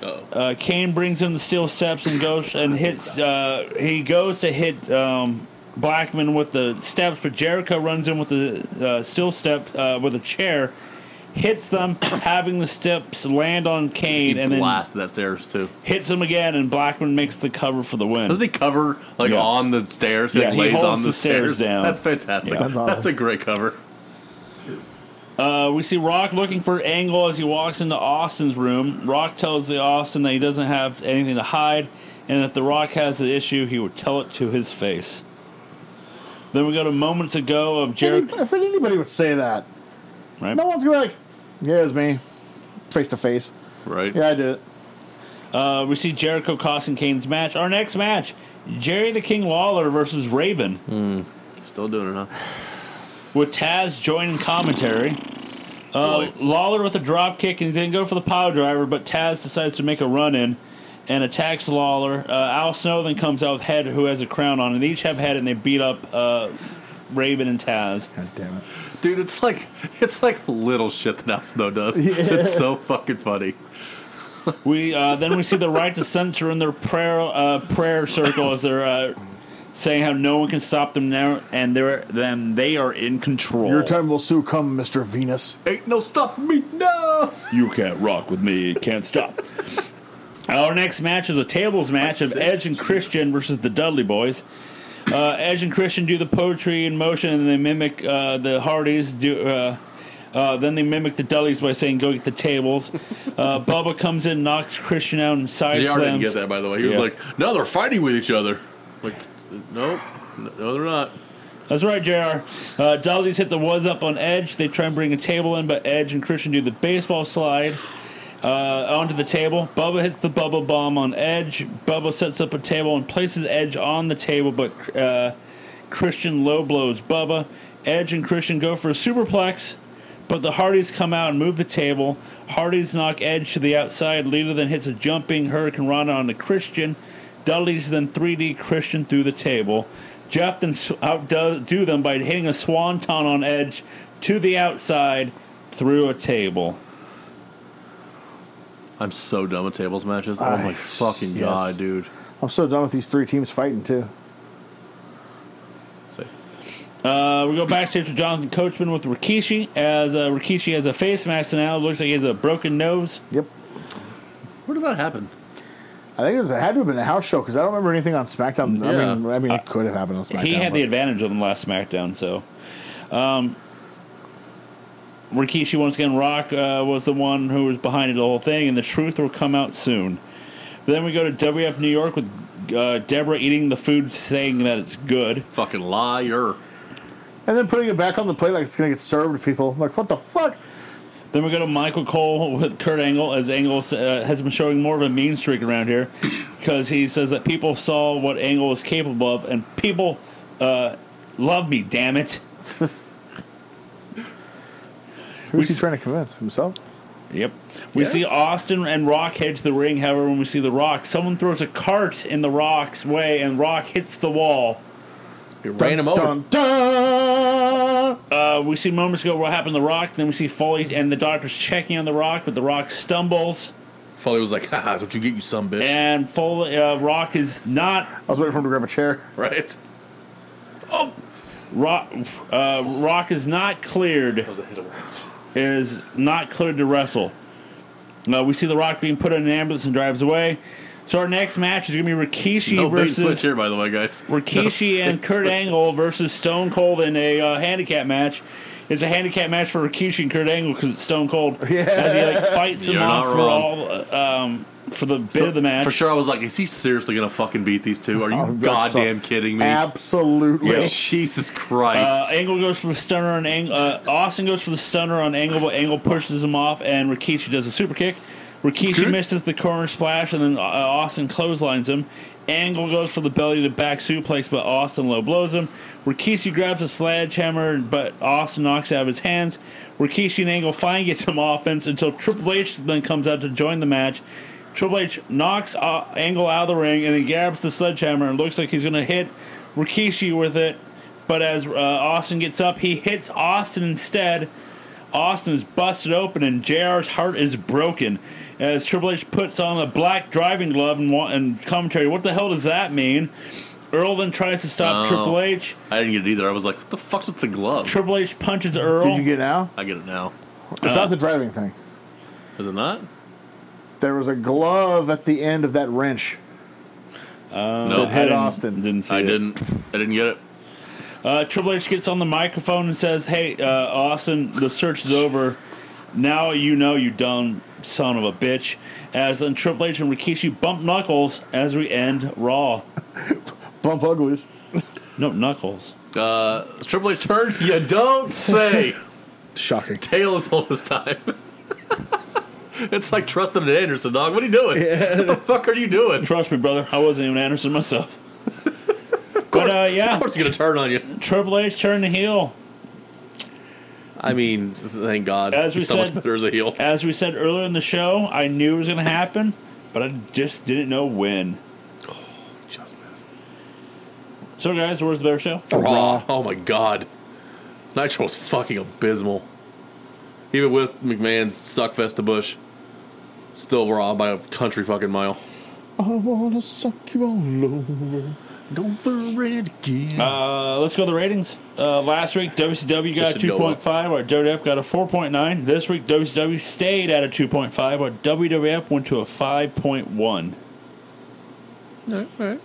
Speaker 1: Uh, Kane brings in the steel steps and goes and hits. Uh, he goes to hit um, Blackman with the steps, but Jericho runs in with the uh, steel step uh, with a chair. hits them, having the steps land on Kane,
Speaker 3: He
Speaker 1: and then
Speaker 3: blasted that stairs too.
Speaker 1: hits him again, and Blackman makes the cover for the win.
Speaker 3: Doesn't he cover like
Speaker 1: Yeah.
Speaker 3: on the stairs? He,
Speaker 1: Yeah,
Speaker 3: like,
Speaker 1: he
Speaker 3: lays
Speaker 1: holds
Speaker 3: on the,
Speaker 1: the
Speaker 3: stairs.
Speaker 1: stairs down.
Speaker 3: That's fantastic.
Speaker 1: Yeah.
Speaker 3: That's,
Speaker 4: That's awesome.
Speaker 3: a great cover.
Speaker 1: Uh, we see Rock looking for Angle as he walks into Austin's room. Rock tells the Austin that he doesn't have anything to hide, and if the Rock has an issue, he would tell it to his face. Then we go to moments ago of Jericho.
Speaker 4: If anybody would say that,
Speaker 1: Right?
Speaker 4: no one's gonna be like, "Yeah, it was me, face to face."
Speaker 3: Right.
Speaker 4: Yeah, I did it.
Speaker 1: Uh, we see Jericho costing Kane's match. Our next match: Jerry the King Lawler versus Raven,
Speaker 3: Still doing it, huh?
Speaker 1: with Taz joining commentary. Uh,
Speaker 3: Boy.
Speaker 1: Lawler with a drop kick and then go for the power driver, but Taz decides to make a run in and attacks Lawler. Uh, Al Snow then comes out with Head, who has a crown on, and they each have Head and they beat up uh, Raven and Taz.
Speaker 4: God damn it.
Speaker 3: Dude, it's like it's like little shit that Al Snow does. It's so fucking funny.
Speaker 1: We uh, then we see the right to censor in their prayer uh, prayer circle as they're uh, saying how no one can stop them now, and they're then they are in control.
Speaker 4: Your time will soon come, Mister Venus.
Speaker 3: Ain't no stopping me now.
Speaker 1: You can't rock with me. It can't stop. Our next match is a tables match of Edge and Christian versus the Dudley Boys. Uh, Edge and Christian do the poetry in motion, and they mimic uh, the Hardys. Do uh, uh, then they mimic the Dudleys by saying "Go get the tables." Uh, Bubba comes in, knocks Christian out, and side
Speaker 3: JR didn't
Speaker 1: slams.
Speaker 3: get that by the way. He was
Speaker 1: Yeah.
Speaker 3: like, "No, they're fighting with each other." Like, nope, no, they're not.
Speaker 1: That's right, Jr. Uh, Dudley's hit the was up on Edge. They try and bring a table in, but Edge and Christian do the baseball slide. uh, onto the table. Bubba hits the bubble bomb on Edge. Bubba sets up a table and places Edge on the table, but uh, Christian low blows Bubba. Edge and Christian go for a superplex, but the Hardys come out and move the table. Hardys knock Edge to the outside. Lita then hits a jumping Hurricane Rana onto Christian. Dudley's then 3D Christian through the table. Jeff then s- outdo do them by hitting a swanton on Edge to the outside through a table.
Speaker 3: I'm so done with tables matches. Oh my
Speaker 4: I-
Speaker 3: fucking
Speaker 4: yes.
Speaker 3: god, dude.
Speaker 4: I'm so done with these three teams fighting too.
Speaker 3: Say,
Speaker 1: Uh, we go backstage with Jonathan Coachman with Rikishi as uh, Rikishi has a face mask now. It looks like he has a broken nose.
Speaker 4: Yep.
Speaker 3: where did that happen?
Speaker 4: I think it, was, it had to have been a house show because I don't remember anything on SmackDown.
Speaker 3: Yeah.
Speaker 4: I mean, I mean, it could have happened on SmackDown.
Speaker 1: he had
Speaker 4: but-
Speaker 1: the advantage of the last SmackDown, so. Um, Rikishi once again, Rock uh, was the one who was behind it, the whole thing, and the truth will come out soon. Then we go to WF New York with uh, Deborah eating the food, saying that it's good.
Speaker 3: Fucking liar.
Speaker 4: and then putting it back on the plate like it's gonna get served to people. I'm like, what the fuck?
Speaker 1: Then we go to Michael Cole with Kurt Angle, as Angle uh, has been showing more of a mean streak around here because he says that people saw what Angle was capable of, and people uh, love me, damn it.
Speaker 4: Who's he trying to convince himself?
Speaker 1: Yep. We
Speaker 3: Yes.
Speaker 1: see Austin and Rock head to the ring. However, when we see The Rock, someone throws a cart in The Rock's way, and Rock hits the wall.
Speaker 3: It ran him over.
Speaker 4: Dun, dun.
Speaker 1: Uh, we see moments ago what happened to The Rock. Then we see Foley and the doctors checking on The Rock, but The Rock stumbles,
Speaker 3: Foley was like, "Ha, don't you get you some bitch?"
Speaker 1: and Foley, uh, Rock is not
Speaker 4: I was waiting for him to grab a chair.
Speaker 3: Right.
Speaker 1: Rock, uh, Rock is not cleared.
Speaker 3: was a hit of
Speaker 1: Is not cleared to wrestle. Uh, we see The Rock being put in an ambulance and drives away. So our next match is going to be Rikishi
Speaker 3: No bait and switch
Speaker 1: versus
Speaker 3: here, by the way, guys.
Speaker 1: Rikishi and Kurt Angle versus Stone Cold in a uh, handicap match. It's a handicap match for Rikishi and Kurt Angle because it's Stone Cold as he like fights him
Speaker 3: You're not
Speaker 1: off for
Speaker 3: wrong.
Speaker 1: all uh, um, for the bit
Speaker 3: So,
Speaker 1: of the match.
Speaker 3: For sure, I was like, "Is he seriously gonna fucking beat these two? Are you
Speaker 4: Oh, God,
Speaker 3: goddamn
Speaker 4: so-
Speaker 3: kidding me?"
Speaker 4: Absolutely.
Speaker 3: Yeah, Jesus
Speaker 1: Uh,
Speaker 3: Christ!
Speaker 1: Angle goes for the stunner on Angle. Uh, Austin goes for the stunner on Angle, but Angle pushes him off, and Rikishi does a super kick. Rikishi
Speaker 3: Good.
Speaker 1: misses the corner splash, and then uh, Austin clotheslines him. Angle goes for the belly to back suplex, but Austin low blows him. Rikishi grabs a sledgehammer, but Austin knocks it out of his hands. Rikishi and Angle finally get some offense until Triple H then comes out to join the match. Triple H knocks uh, Angle out of the ring, and he grabs the sledgehammer and looks like he's going to hit Rikishi with it. But as uh, Austin gets up, he hits Austin instead. Austin is busted open, and JR's heart is broken. As Triple H puts on a black driving glove and, wa- and commentary, what the hell does that mean? Earl then tries to stop
Speaker 3: Oh.
Speaker 1: Triple H.
Speaker 3: I didn't get it either. I was like, "What the fuck's with the glove?"
Speaker 1: Triple H punches Earl.
Speaker 4: Did you get now?
Speaker 3: I get it now.
Speaker 4: It's not the driving thing.
Speaker 3: Is it not?
Speaker 4: There was a glove at the end of that wrench.
Speaker 3: no,
Speaker 4: Ed
Speaker 1: I didn't,
Speaker 4: Austin.
Speaker 1: didn't see
Speaker 3: I
Speaker 1: it.
Speaker 3: didn't. I didn't get it.
Speaker 1: Uh, Triple H gets on the microphone and says, "Hey, uh, Austin, the search is over. Now you know you dumb son of a bitch." As then Triple H and Rikishi bump knuckles as we end Raw.
Speaker 4: Bump uglies.
Speaker 1: No knuckles.
Speaker 3: Uh, it's Triple H turn. You don't say.
Speaker 4: Shocking.
Speaker 3: Tail is all this time. it's like trusting an Anderson dog. What are you doing? What the fuck are you doing? Of
Speaker 1: Trust me, brother. I wasn't even Anderson myself. but uh, yeah,
Speaker 3: course, he's gonna turn on you.
Speaker 1: Triple H turned the heel.
Speaker 3: I mean, thank God.
Speaker 1: As we
Speaker 3: he's so
Speaker 1: said-
Speaker 3: much better as a heel.
Speaker 1: As we said earlier in the show, I knew it was going to happen, but I just didn't know when.
Speaker 3: Just
Speaker 1: So, guys, where's the better show?
Speaker 3: Raw. Oh my God, Nitro was fucking abysmal. Even with McMahon's suckfest to Bush, still Raw by a country fucking mile.
Speaker 4: I wanna suck you all over.
Speaker 3: Go for it again.
Speaker 1: Uh, let's go to the ratings. Uh, last week, WCW got a
Speaker 3: This should go up.
Speaker 1: 2.5, our WWF got a 4.9. This week, WCW stayed at a 2.5, our WWF went to a 5.1.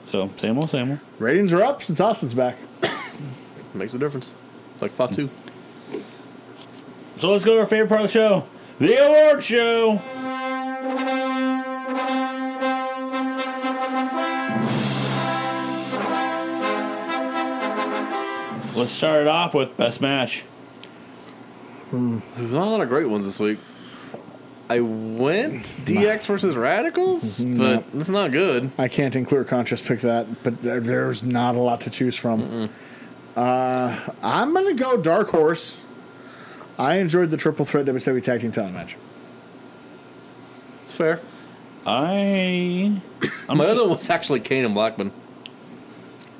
Speaker 1: So, same old, same old.
Speaker 4: Ratings are up since Austin's back.
Speaker 3: Makes a difference. Like Fatu.
Speaker 1: So, let's go to our favorite part of the show the award show. Let's start it off with best match.
Speaker 3: There's not a lot of great ones this week. I went DX versus Radicals,
Speaker 4: Mm-hmm.
Speaker 3: but it's not good.
Speaker 4: I can't in clear conscience pick that, but there, there's not a lot to choose from. Uh, I'm gonna go Dark Horse. I enjoyed the triple threat WWE tag team title match.
Speaker 3: It's fair.
Speaker 1: I
Speaker 3: My other one was actually Kane and Blackman.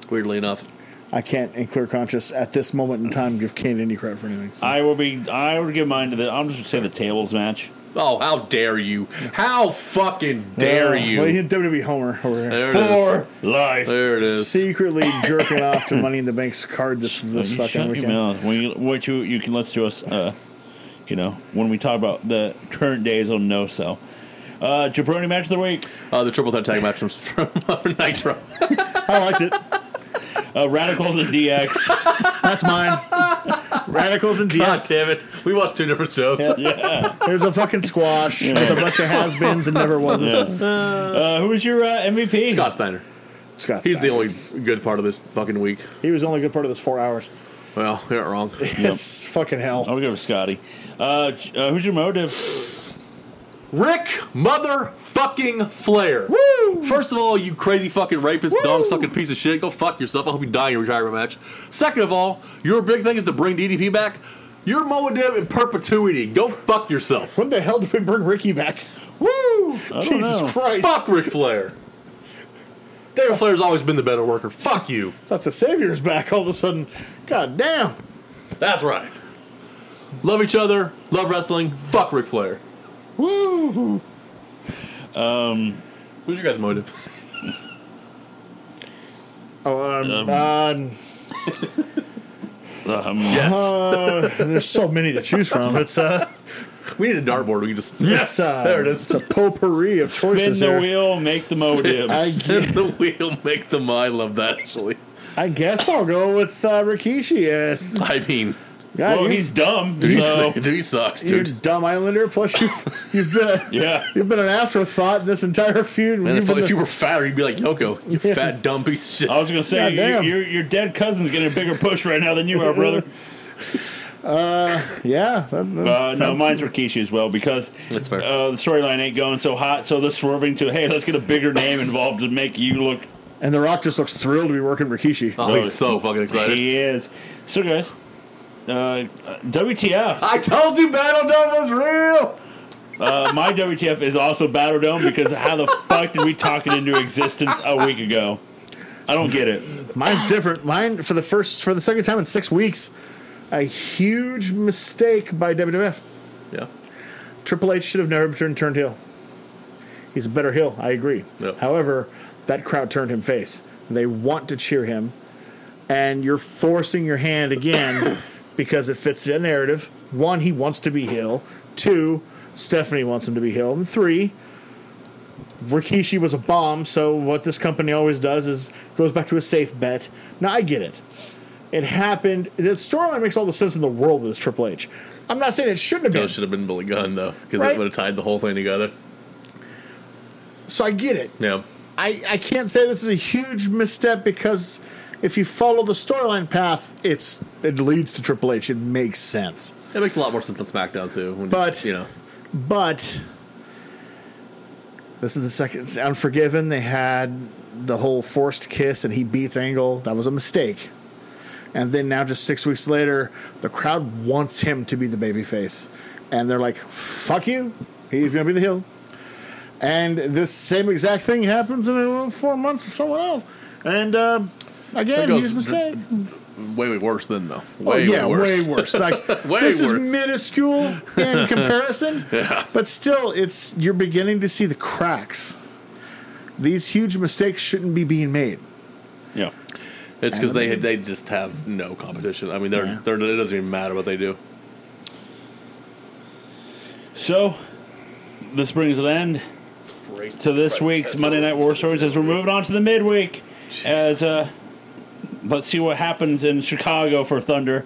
Speaker 3: Weirdly enough,
Speaker 4: I can't in clear conscience at this moment in time give Kane any credit for anything. So.
Speaker 1: I will be I would give mine to the I'm just gonna say the tables match.
Speaker 3: oh how dare you? How fucking dare
Speaker 4: Uh,
Speaker 3: you?
Speaker 4: Well, you hit WWE Homer over here.
Speaker 3: there it is.
Speaker 1: For life.
Speaker 3: There it is.
Speaker 4: Secretly jerking off to Money in the Bank's card this this
Speaker 1: You
Speaker 4: fucking
Speaker 1: shut your
Speaker 4: weekend.
Speaker 1: mouth. When you, what you you can listen to us, uh, you know, when we talk about the current days on No So. Uh, jabroni match of the week:
Speaker 3: Uh, the triple threat tag match from, from Nitro.
Speaker 4: I liked it.
Speaker 1: uh, Radicals and DX.
Speaker 4: That's mine. Radicals and
Speaker 3: God
Speaker 4: DX.
Speaker 3: damn it! We watched two different shows.
Speaker 1: yeah.
Speaker 4: There's a fucking squash with a bunch of has-beens and never wasn't.
Speaker 1: Uh, who was your uh, MVP?
Speaker 3: Scott Steiner.
Speaker 4: Scott
Speaker 3: He's the
Speaker 4: Stein.
Speaker 3: only good part of this fucking week.
Speaker 4: He was the only good part of this four hours.
Speaker 3: Well, you're not wrong.
Speaker 4: It's fucking hell.
Speaker 1: I'll go with Scotty. Uh, j- uh, who's your motive?
Speaker 3: Rick motherfucking Flair. Woo! First of all, you crazy fucking rapist, dog sucking piece of shit. Go fuck yourself. I hope you die in your retirement match. Second of all, your big thing is to bring DDP back. You're Moadib in perpetuity. Go fuck yourself.
Speaker 4: When the hell did we bring Ricky back?
Speaker 3: Woo!
Speaker 1: I don't
Speaker 4: Jesus
Speaker 1: know.
Speaker 4: Christ.
Speaker 3: Fuck Ric Flair. David Flair's always been the better worker. Fuck you.
Speaker 4: Thought the Savior's back all of a sudden. God damn.
Speaker 3: That's right. Love each other. Love wrestling. Fuck Ric Flair.
Speaker 1: Woo!
Speaker 3: Um, Who's your guys' motive?
Speaker 4: Oh, um,
Speaker 1: Um.
Speaker 4: um,
Speaker 1: Um,
Speaker 3: Yes.
Speaker 4: uh, there's so many to choose from. It's uh,
Speaker 3: we need a dartboard. We can just.
Speaker 4: it's uh,
Speaker 3: there it is.
Speaker 4: It's a potpourri of
Speaker 1: spin the
Speaker 4: choices here.
Speaker 1: wheel, make the motive.
Speaker 4: I,
Speaker 3: Spin
Speaker 4: gue-
Speaker 3: the wheel, make the I love that actually.
Speaker 4: I guess I'll go with uh, Rikishi. Uh,
Speaker 3: I mean,
Speaker 4: God,
Speaker 1: well,
Speaker 4: you,
Speaker 1: he's dumb.
Speaker 3: dude,
Speaker 1: So
Speaker 3: he, dude, he sucks,
Speaker 4: you're a
Speaker 3: dude.
Speaker 4: dumb Islander. Plus, you, you've been a,
Speaker 1: yeah.
Speaker 4: you've been an afterthought this entire feud.
Speaker 3: And
Speaker 4: You've
Speaker 3: if,
Speaker 4: been
Speaker 3: if
Speaker 4: the-
Speaker 3: you were fatter, you'd be like Yoko, you
Speaker 4: Yeah.
Speaker 3: fat dumb piece of shit.
Speaker 1: I was gonna say your,
Speaker 4: Goddamn.
Speaker 1: your your dead cousin's getting a bigger push right now than you are, brother.
Speaker 4: yeah, that- that-
Speaker 1: Uh, no, mine's Rikishi as well because
Speaker 3: That's fair.
Speaker 1: Uh, the storyline ain't going so hot, so they're swerving to hey, let's get a bigger name involved to make you look.
Speaker 4: and The Rock just looks thrilled to be working Rikishi.
Speaker 3: oh, he's so fucking excited.
Speaker 1: He is. So guys, uh, WTF?
Speaker 3: I told you, Battle Dome was real.
Speaker 1: Uh, my WTF is also Battle Dome because how the fuck did we talk it into existence a week ago? I don't get it.
Speaker 4: Mine's different. Mine for the first for the second time in six weeks, a huge mistake by WWF.
Speaker 3: Yeah,
Speaker 4: Triple H should have never turned turned heel. He's a better heel. I agree.
Speaker 3: Yep.
Speaker 4: However, that crowd turned him face. They want to cheer him, and you're forcing your hand again because it fits the narrative. One, he wants to be heel. Two, Stephanie wants him to be healed. And three, Rikishi was a bomb, so what this company always does is goes back to a safe bet. Now I get it. It happened. The storyline makes all the sense in the world that it's Triple H. I'm not saying it shouldn't
Speaker 3: Still
Speaker 4: have been.
Speaker 3: should have been Billy Gunn though, because
Speaker 4: Right.
Speaker 3: that would have tied the whole thing together.
Speaker 4: So I get it.
Speaker 3: Yeah.
Speaker 4: I, I can't say this is a huge misstep because if you follow the storyline path, it's it leads to Triple H. It makes sense.
Speaker 3: It makes a lot more sense on SmackDown too. When,
Speaker 4: But-
Speaker 3: you know,
Speaker 4: But this is the second it's Unforgiven. They had the whole forced kiss and he beats Angle. That was a mistake. And then now, just six weeks later, the crowd wants him to be the babyface. And they're like, fuck you. He's going to be the heel. And this same exact thing happens in uh, four months with someone else. And uh,
Speaker 3: There
Speaker 4: again,
Speaker 3: goes
Speaker 4: huge
Speaker 3: the-
Speaker 4: mistake.
Speaker 3: way way worse than though.
Speaker 4: Oh,
Speaker 3: Way
Speaker 4: yeah,
Speaker 3: worse.
Speaker 4: way worse. Like
Speaker 3: Way
Speaker 4: this is
Speaker 3: worse.
Speaker 4: minuscule in comparison, but still, it's you're beginning to see the cracks. These huge mistakes shouldn't be being made.
Speaker 1: Yeah.
Speaker 3: It's because they they just have no competition. I mean, they're, they're it doesn't even matter what they do.
Speaker 1: So, this brings an end to this week's Monday Night War Stories as we're moving on to the midweek. As uh, let's see what happens in Chicago for Thunder.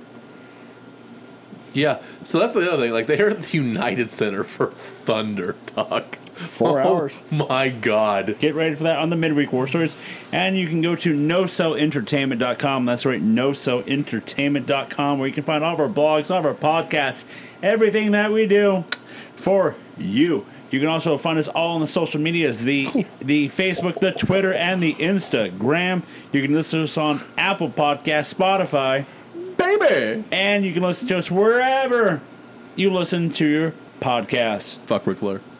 Speaker 3: Yeah, so that's the other thing. Like they're at the United Center for Thunder Talk. Oh
Speaker 5: Four hours.
Speaker 3: My God.
Speaker 1: Get ready for that on the midweek War Stories, and you can go to nocellentertainment.com. That's right, nocellentertainment.com, where you can find all of our blogs, all of our podcasts, everything that we do for you. You can also find us all on the social medias, the the Facebook, the Twitter, and the Instagram. You can listen to us on Apple Podcasts, Spotify,
Speaker 3: Baby.
Speaker 1: and you can listen to us wherever you listen to your podcasts.
Speaker 3: Fuck Ric Flair.